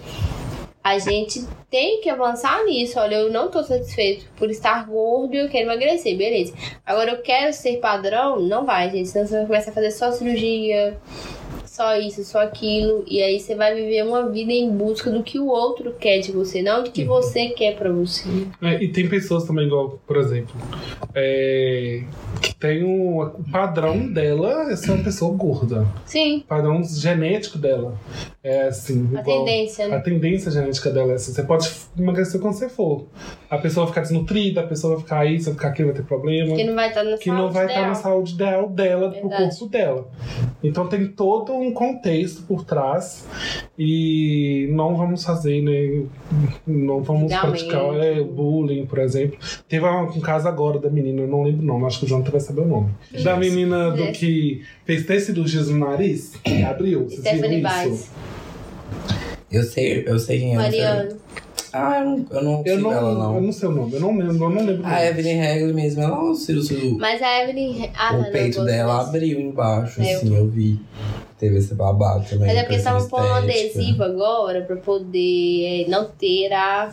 S2: a gente tem que avançar nisso. Olha, eu não tô satisfeito por estar gordo e eu quero emagrecer, beleza. Agora eu quero ser padrão? Não vai, gente. Senão você vai começar a fazer só cirurgia, só isso, só aquilo. E aí você vai viver uma vida em busca do que o outro quer de você, não do que você quer pra você.
S4: É, e tem pessoas também, igual, por exemplo, é, que tem um o padrão dela é ser uma pessoa gorda.
S7: Sim.
S4: O padrão genético dela é assim.
S2: A
S4: igual-
S2: tendência, né?
S4: a tendência genética dela é essa. Você pode emagrecer quando você for. A pessoa vai ficar desnutrida, a pessoa vai ficar isso, vai ficar aquilo, vai ter problema.
S2: Que não vai estar na
S4: que
S2: saúde
S4: não vai estar
S2: ideal.
S4: na saúde ideal dela, pro
S2: Verdade.
S4: corpo dela. Então tem todo um contexto por trás e não vamos fazer, né? Não vamos
S7: Julgamento.
S4: praticar é, bullying, por exemplo. Teve um, um caso agora da menina, eu não lembro o nome, acho que o Jonathan vai saber o nome. Da menina do
S2: Yes.
S4: que fez três cirurgias no nariz,
S2: (coughs)
S4: que abriu, vocês viram
S2: Stephanie
S4: isso?
S2: Bice,
S3: Eu sei, eu sei quem é.
S2: Mariana.
S3: Ah, eu não, eu não
S4: Eu
S3: sigo
S4: não,
S3: ela,
S4: eu
S3: não. Ah, é
S4: não sei o nome, eu não lembro, eu não lembro. o
S3: A
S4: nome.
S3: Evelyn Regli mesmo, ela não se o,
S2: Mas a Evelyn. Ah, não,
S3: o
S2: não,
S3: peito
S2: eu gosto
S3: dela
S2: mais.
S3: abriu embaixo,
S2: É, eu-
S3: assim, eu vi. Teve esse babado também.
S2: Mas é porque
S3: questão
S2: estavam pondo um
S3: assim, estética.
S2: adesivo agora pra poder é, não ter a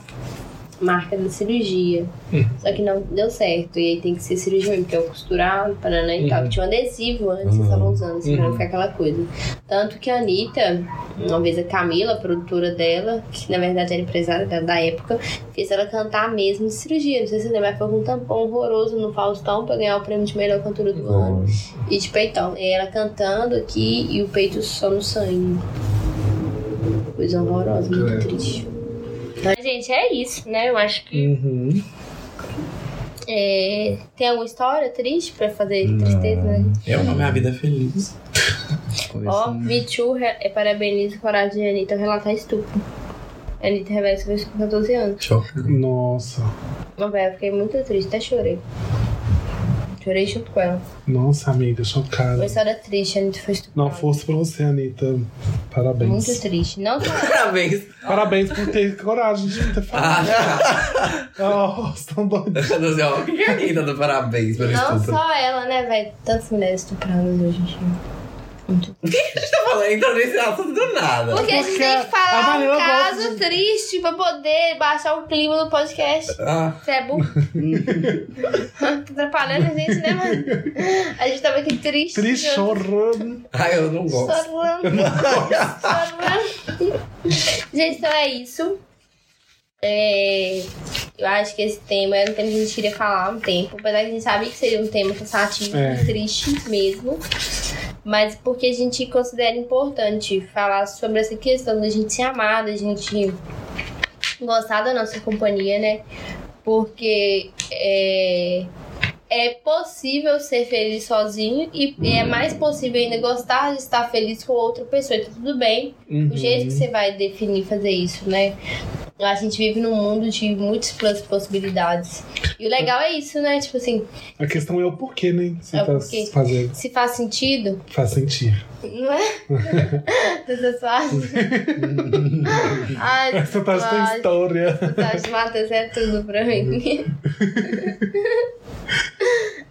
S2: marca da cirurgia.
S4: Hum.
S2: Só que não deu certo. E aí tem que ser cirurgião, porque é o costurado, paraná e tal.
S4: Uhum.
S2: Que tinha um adesivo antes, eles
S3: Uhum.
S2: estavam usando, assim, pra não
S4: Uhum.
S2: ficar aquela coisa. Tanto que a Anitta, uma vez a Camila, a produtora dela, que na verdade era empresária da, da época, fez ela cantar mesmo de cirurgia. Não sei se você lembra, mas foi com um tampão horroroso no Faustão pra ganhar o prêmio de melhor cantora do ano. E de peitão. E ela cantando aqui e o peito só no sangue. Coisa horrorosa, muito
S4: É.
S2: triste. Mas, gente, é isso, né? Eu acho que.
S4: Uhum.
S2: é, Tem alguma história triste pra fazer tristeza, né?
S3: Eu não, minha vida é feliz.
S2: Ó,
S5: Conversando.
S2: Me Too re- é parabeniza a coragem de Anitta ao relatar estupro. Anitta revela sobre isso com 14 anos.
S3: Choca.
S4: Nossa,
S2: Não, velho, eu fiquei muito triste, até chorei. Chorei junto com ela.
S4: nossa amiga, chocada.
S2: Uma história triste, a Anitta foi estuprada.
S4: Não, força pra você, Anitta. Parabéns.
S2: Muito triste. Não só
S1: Parabéns.
S4: Parabéns por ter coragem de ter falado.
S1: Ah,
S4: Oh,
S3: (laughs)
S4: estão doidos.
S1: eu tô assim, ó, o que que é aqui dando parabéns pelo
S2: Não
S1: estupro?
S2: só ela, né, velho? Tantas mulheres estupradas hoje em dia.
S1: A gente tá falando, entrou nesse assunto do nada.
S2: Porque a gente tem que
S4: a
S2: falar
S4: Marina
S2: um
S4: gosta
S2: caso
S4: de-
S2: triste pra poder baixar o clima do podcast.
S1: Ah,
S2: Você é burro? tá atrapalhando a gente, né, mano? A gente tava aqui triste.
S4: Triste chorando.
S1: ai, ah, eu não gosto.
S2: Chorando. Chorando. Gente, então é isso. É, eu acho que esse tema era um tema que a gente queria falar há um tempo, apesar que a gente sabia que seria um tema cansativo,
S4: É.
S2: triste mesmo. Mas porque a gente considera importante falar sobre essa questão da gente ser amada, a gente gostar da nossa companhia, né? Porque é, é possível ser feliz sozinho e, e é mais possível ainda gostar de estar feliz com outra pessoa. Então, tudo bem, o jeito que você vai definir fazer isso, né? A gente vive num mundo de múltiplas possibilidades. E o legal é isso, né? Tipo assim,
S4: A questão é o porquê, né? Você
S2: É o
S4: tá
S2: porquê.
S4: fazendo.
S2: se faz sentido,
S4: Faz sentir. (laughs)
S2: não é? Você sabe? Ai,
S4: Essa tá
S2: Claro.
S4: tem história.
S2: Sabe, Matheus é tudo pra
S4: (laughs)
S2: mim.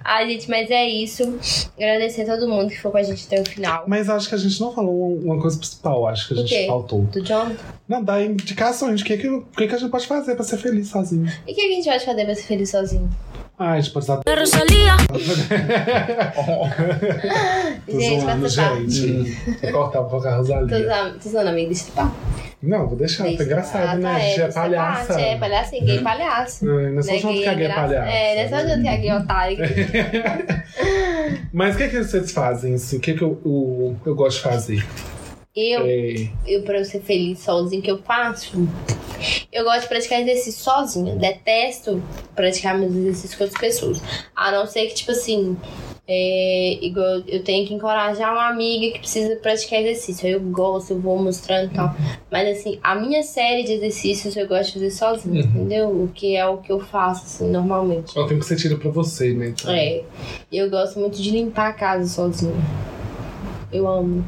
S2: Ai, gente, mas é isso. Agradecer a todo mundo que ficou com a gente até o final.
S4: Mas acho que a gente não falou um- uma coisa principal. Acho que a
S2: O
S4: gente
S2: quê?
S4: faltou.
S2: Do John.
S4: Não, dá indicações de o que, que, o que, que a gente pode fazer pra ser feliz sozinho.
S2: E o que a gente vai fazer pra ser feliz sozinho?
S4: Ah, a gente pode usar. (laughs) Tô
S2: gente, vai
S4: zoando, é
S2: tocar.
S4: gente. Vou cortar um pouco a Rosalia.
S2: Tô zoando- tô zoando, amiga, estupar.
S4: Não, vou deixar, tá engraçado,
S2: Ah,
S4: né?
S2: tá,
S4: a gente é
S2: destupar,
S4: palhaça.
S2: É, palhaça, gay é palhaço.
S4: Não, não é só
S2: Né,
S4: junto que a gay é
S2: graça-
S4: palhaça.
S2: É, não é só junto que a gay é
S4: (laughs)
S2: otário.
S4: Mas o que, que vocês fazem, assim? O que, que eu, eu, eu gosto de fazer?
S2: Eu,
S4: É,
S2: eu, pra eu ser feliz sozinho, que eu faço? Eu gosto de praticar exercício sozinha. Detesto praticar meus exercícios com outras pessoas. A não ser que, tipo assim, é, igual eu tenho que encorajar uma amiga que precisa praticar exercício. Aí Eu gosto, eu vou mostrando e tal. Mas assim, a minha série de exercícios eu gosto de fazer sozinha,
S4: Uhum.
S2: entendeu? O que é o que eu faço, assim, normalmente.
S4: é o tempo que você tira pra você, né? Então,
S2: É. Eu gosto muito de limpar a casa sozinha. Eu amo.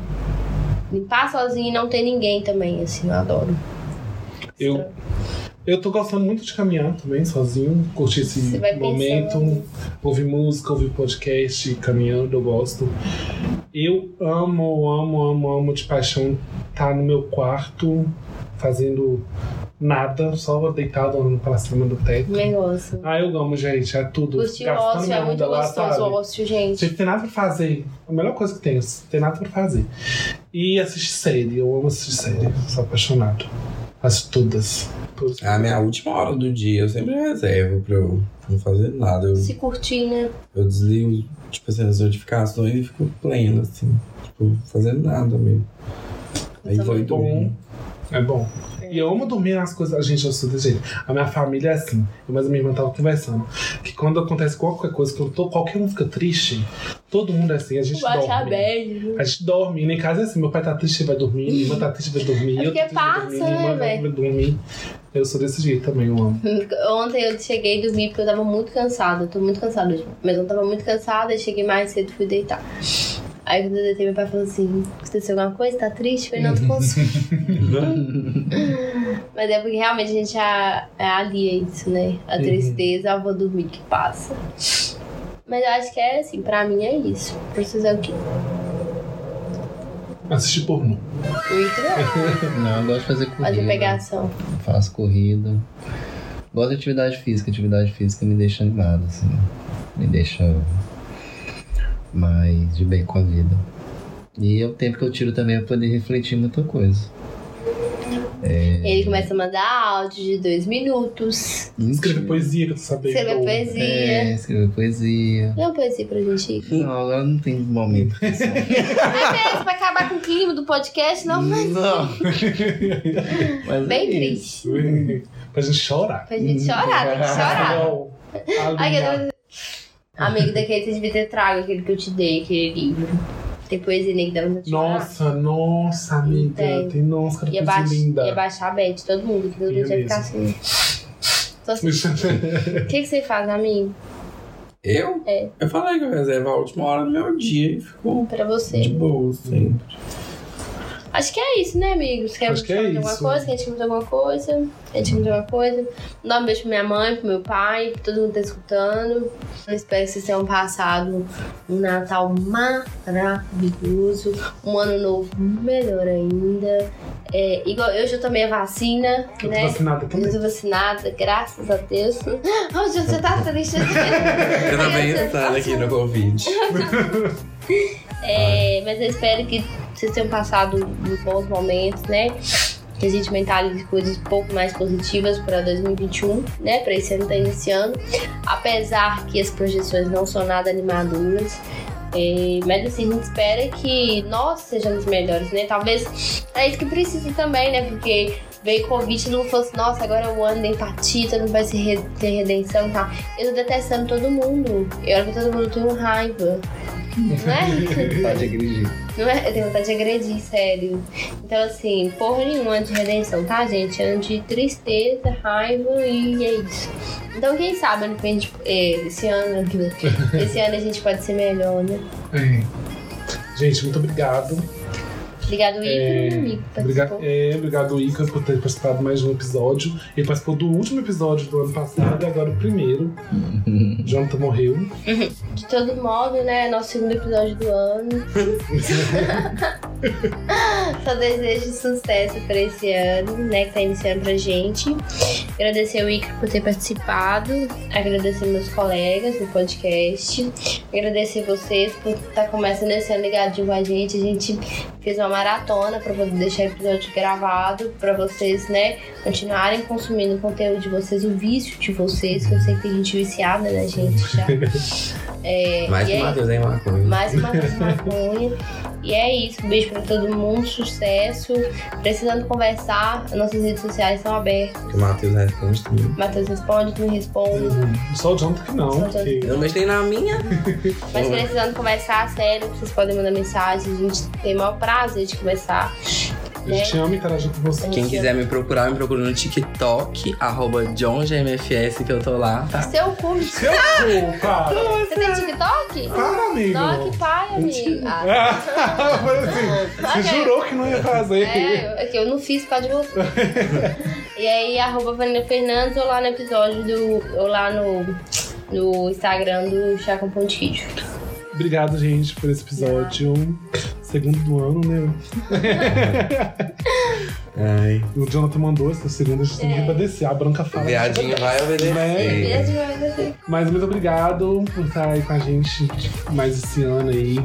S2: Limpar sozinha e não ter ninguém também, assim, eu adoro.
S4: Eu, eu tô gostando muito de caminhar também, sozinho. Curtir esse
S2: Você vai
S4: momento.
S2: pensando.
S4: Ouvir música, ouvir podcast, caminhando, eu gosto. Eu amo, amo, amo, amo de paixão estar no meu quarto fazendo nada, só deitado olhando pra cima do teto.
S2: Um Negócio.
S4: Ah, eu amo, gente. É tudo.
S2: Curtir o
S4: Gastando
S2: ócio
S4: minha
S2: é muito
S4: onda lá,
S2: gostoso,
S4: sabe?
S2: o ócio, gente.
S4: Você tem nada pra fazer. A melhor coisa que tem, você tem nada pra fazer. E assistir série. Eu amo assistir série. Sou apaixonado. Assisto todas. Por-
S3: É A minha última hora do dia eu sempre reservo pra eu não fazer nada. Eu,
S2: Se curtir, né?
S3: eu desligo, tipo assim, as notificações e fico pleno, assim. Tipo, fazendo nada mesmo. Aí
S2: Então,
S3: vou e
S4: Bom.
S3: durmo.
S4: É bom. E eu amo dormir nas coisas. A gente, eu sou desse jeito. A minha família é assim. Eu mais a minha irmã tava conversando. Que quando acontece qualquer coisa, que eu tô, qualquer um fica triste, todo mundo é assim, a gente
S2: Bate a
S4: dorme.
S2: bad.
S4: A gente dorme, nem casa é assim, meu pai tá triste, vai dormir, minha irmã tá triste, vai dormir,
S2: É
S4: eu tô
S2: porque
S4: triste, vai
S2: passa,
S4: dormir, minha irmã
S2: né,
S4: vai dormir. Eu sou desse jeito também, eu amo.
S2: Ontem eu cheguei e dormi porque eu tava muito cansada. Eu tô muito cansada hoje. Mas eu tava muito cansada, eu cheguei mais cedo fui deitar. Aí quando eu deitei, meu pai falou assim: aconteceu alguma coisa? Tá triste? Eu falei, não, tô com sono. Mas é porque realmente a gente a- a- alia isso, né? A
S4: Uhum.
S2: tristeza, eu vou dormir que passa. Mas eu acho que é assim, pra mim é isso. Preciso é o quê?
S4: Assistir pornô.
S2: Muito
S5: Não, eu gosto de fazer corrida.
S2: fazer pegação.
S5: Faço corrida. Gosto de atividade física. Atividade física me deixa animado, assim. Me deixa mais de bem com a vida. E é o tempo que eu tiro também pra poder refletir muita coisa.
S2: Ele começa a mandar áudio de dois minutos.
S4: Escrever poesia, que eu tô sabendo.
S2: Escrever poesia.
S5: É, escrever poesia.
S2: Lê uma poesia pra gente ir.
S5: Não, agora não tem momento. pra isso.
S2: É, pra acabar com o clima do podcast, não, mas
S5: Não. Mas
S2: bem
S5: é isso.
S2: triste.
S4: (laughs) pra gente chorar.
S2: Pra gente chorar,
S4: (laughs)
S2: tem que chorar.
S4: Não.
S2: Ai, eu Amigo daquele, você devia ter trago aquele que eu te dei, aquele livro. Tem poesia nele que dava pra chorar.
S4: Nossa, nossa, amiga.
S2: Tem. é
S4: Tem nossa, cara,
S2: Ia,
S4: coisa
S2: baix-
S4: linda.
S2: ia baixar a bad, todo mundo, que todo
S4: Ia
S2: mundo ia ficar assim. Só assim,
S4: (laughs)
S2: o que, que você faz, amigo?
S3: Eu?
S2: É.
S3: Eu falei que eu reservo a última hora do meu dia e fico
S2: Pra
S3: de
S2: você.
S3: boa, assim.
S2: Acho que é isso, né, amigo? Você quer
S4: Acho que é
S2: comentar alguma
S4: isso.
S2: coisa? Quer te comentar alguma coisa? Quer te comentar alguma coisa? Dá um beijo pra minha mãe, pro meu pai, pra todo mundo que tá escutando. Eu espero que vocês tenham passado um Natal maravilhoso, um ano novo melhor ainda. É, igual eu já tomei a vacina,
S4: Eu tô
S2: né?
S4: vacinada
S2: Eu
S4: também.
S2: tô vacinada, graças a Deus. (laughs) Hoje você tá
S4: (laughs)
S2: triste.
S3: Eu também estado aqui no Covid.
S2: É, mas eu espero que vocês tenham passado uns bons momentos, né? Que a gente mentalize coisas um pouco mais positivas para 2021, né? Para esse ano tá iniciando. Apesar que as projeções não são nada animadoras. É, mas assim, a gente espera que nós sejamos melhores, né? Talvez é isso que precisa também, né? Porque veio Covid e não fosse, nossa, agora é o ano da empatia, todo mundo vai se re- ter redenção e tal. Eu tô detestando todo mundo. Eu olho pra todo mundo, eu tenho raiva. Né?
S5: Pode acreditar.
S2: Não é, eu tenho vontade de agredir, sério. Então, assim, porra nenhuma de redenção, tá, gente? É ano de tristeza, raiva e é isso. Então, quem sabe, ano que vem, tipo, é, esse ano, (laughs) esse ano a gente pode ser melhor, né?
S4: É. Gente, muito obrigado.
S2: Obrigado, Igor,
S4: É,
S2: meu amigo. que
S4: Obrigado,
S2: participou.
S4: é, obrigado, Ica, por ter participado mais de um episódio. Ele participou do último episódio do ano passado e agora o primeiro.
S3: (laughs)
S4: Jonathan morreu.
S2: De todo modo, né? Nosso segundo episódio do ano. Só desejo sucesso pra esse ano, né? Que tá iniciando pra gente. Agradecer ao Icaro por ter participado. Agradecer meus colegas do podcast. Agradecer vocês por estar começando esse ano ligadinho com a gente. A gente fez uma maratona pra poder deixar o episódio gravado. Pra vocês, né? Continuarem consumindo o conteúdo de vocês, o vício de vocês. Que eu sei que tem gente viciada, né, gente?
S3: (laughs)
S2: Já. É,
S3: Mais
S2: e
S3: que
S2: é
S3: Matheus, hein, Maconha?
S2: mais uma vez maconha. E é isso. Um beijo pra todo mundo. Sucesso. Precisando conversar, nossas redes sociais estão abertas.
S3: Que é o Matheus responde também.
S2: Matheus responde, tu me responde.
S4: Só o Jonathan que
S2: Só o
S4: não.
S2: Jonathan.
S4: que-
S3: Eu não mexi na minha.
S2: Mas precisando conversar, sério, vocês podem mandar mensagem. A gente tem o maior prazer de conversar. né?
S4: A gente ama interagir com você.
S3: Quem quiser me procurar, me procura no TikTok, arroba JohnGMFS, que eu tô lá, tá?
S2: Seu cu.
S4: Seu cu, para!
S2: Você tem TikTok?
S4: Para, amigo!
S2: Não,
S4: (laughs)
S2: que pai, amigo. Ah,
S4: Mas assim, você
S2: Ok.
S4: jurou que não ia fazer.
S2: É, eu- é que eu não fiz por causa de
S3: (laughs)
S2: você. e aí, arroba Vanina Fernandes ou lá no episódio do. ou lá no. no Instagram do Chá com Pontídio.
S4: Obrigado, gente, por esse episódio. Segundo do ano, né?
S3: (laughs) Ai.
S4: E o Jonathan mandou essa segunda, a gente
S2: É.
S4: tem que obedecer. A Branca fala.
S3: Viadinho vai obedecer.
S2: Beleza demais, assim.
S4: Mas muito obrigado por estar aí com a gente tipo, mais esse ano aí.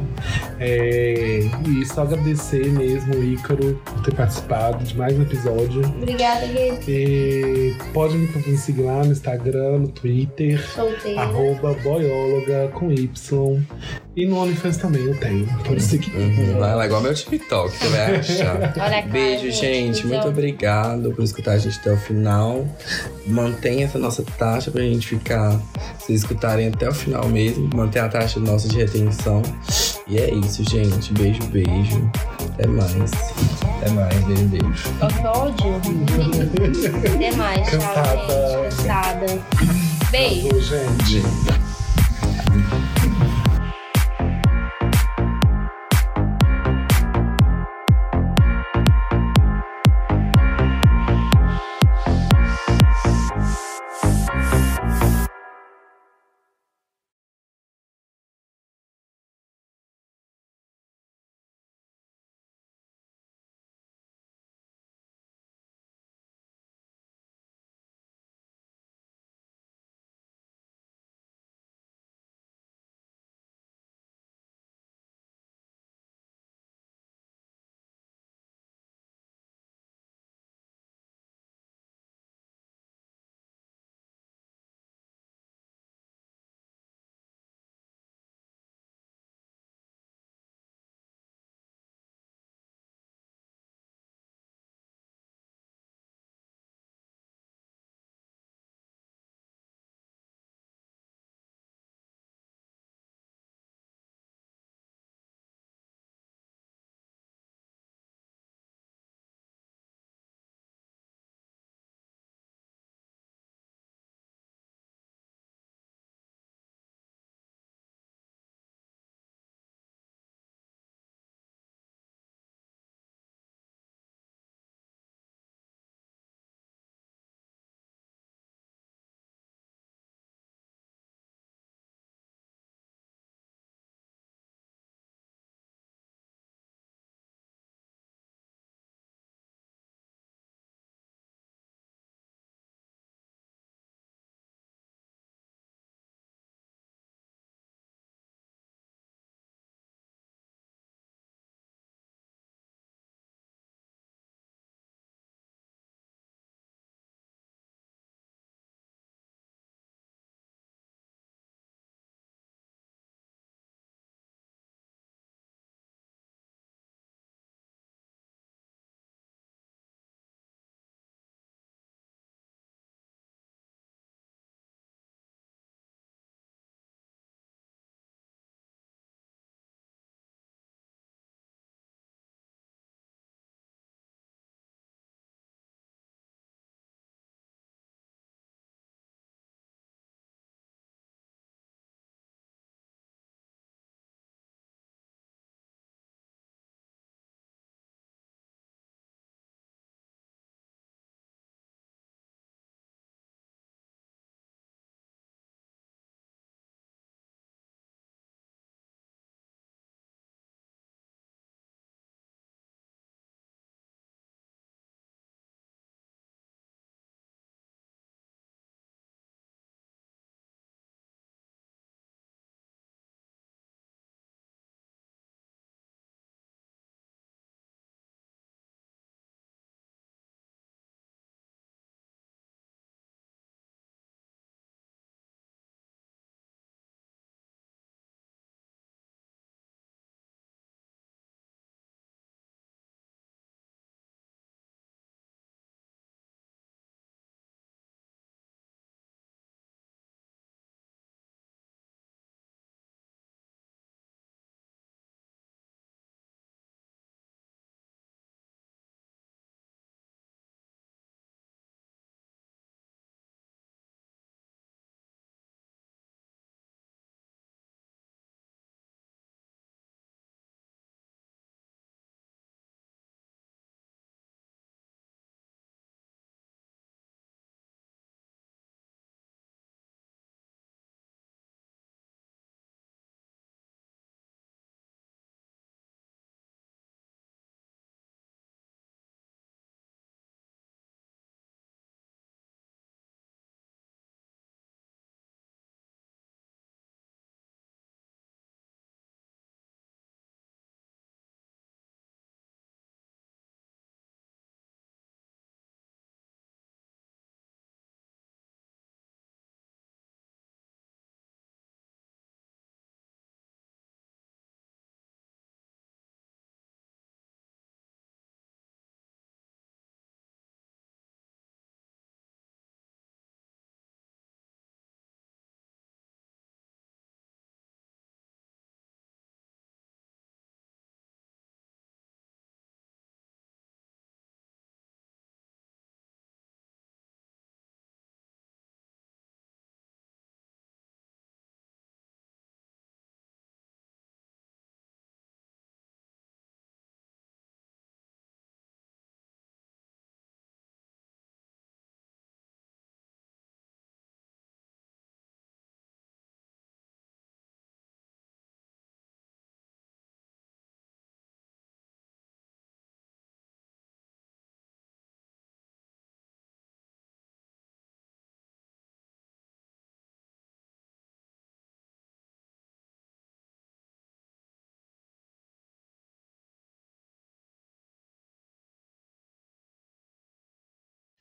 S4: É, E só agradecer mesmo o Ícaro por ter participado de mais um episódio.
S2: Obrigada, gay.
S4: E pode me me seguir lá no Instagram, no Twitter,
S2: Solteira.
S4: arroba boióloga com Y. E no OnlyFans também eu tenho. Pode seguir.
S3: Uhum, Vai lá, igual meu TikTok, você vai
S2: (laughs)
S3: achar.
S2: Olha a cara,
S3: Beijo, gente. Muito
S2: Então,
S3: obrigado por escutar a gente até o final. Mantenha essa nossa taxa pra gente ficar. Vocês escutarem até o final mesmo. Mantenha a taxa nossa de retenção. E é isso, gente. Beijo, beijo. Até mais.
S5: Até mais, beijo, beijo.
S3: (laughs)
S2: Episódio. Até mais, tchau,
S4: Cansada.
S2: gente. Cansada. Beijo.
S4: Falou, gente.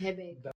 S2: Rebeca.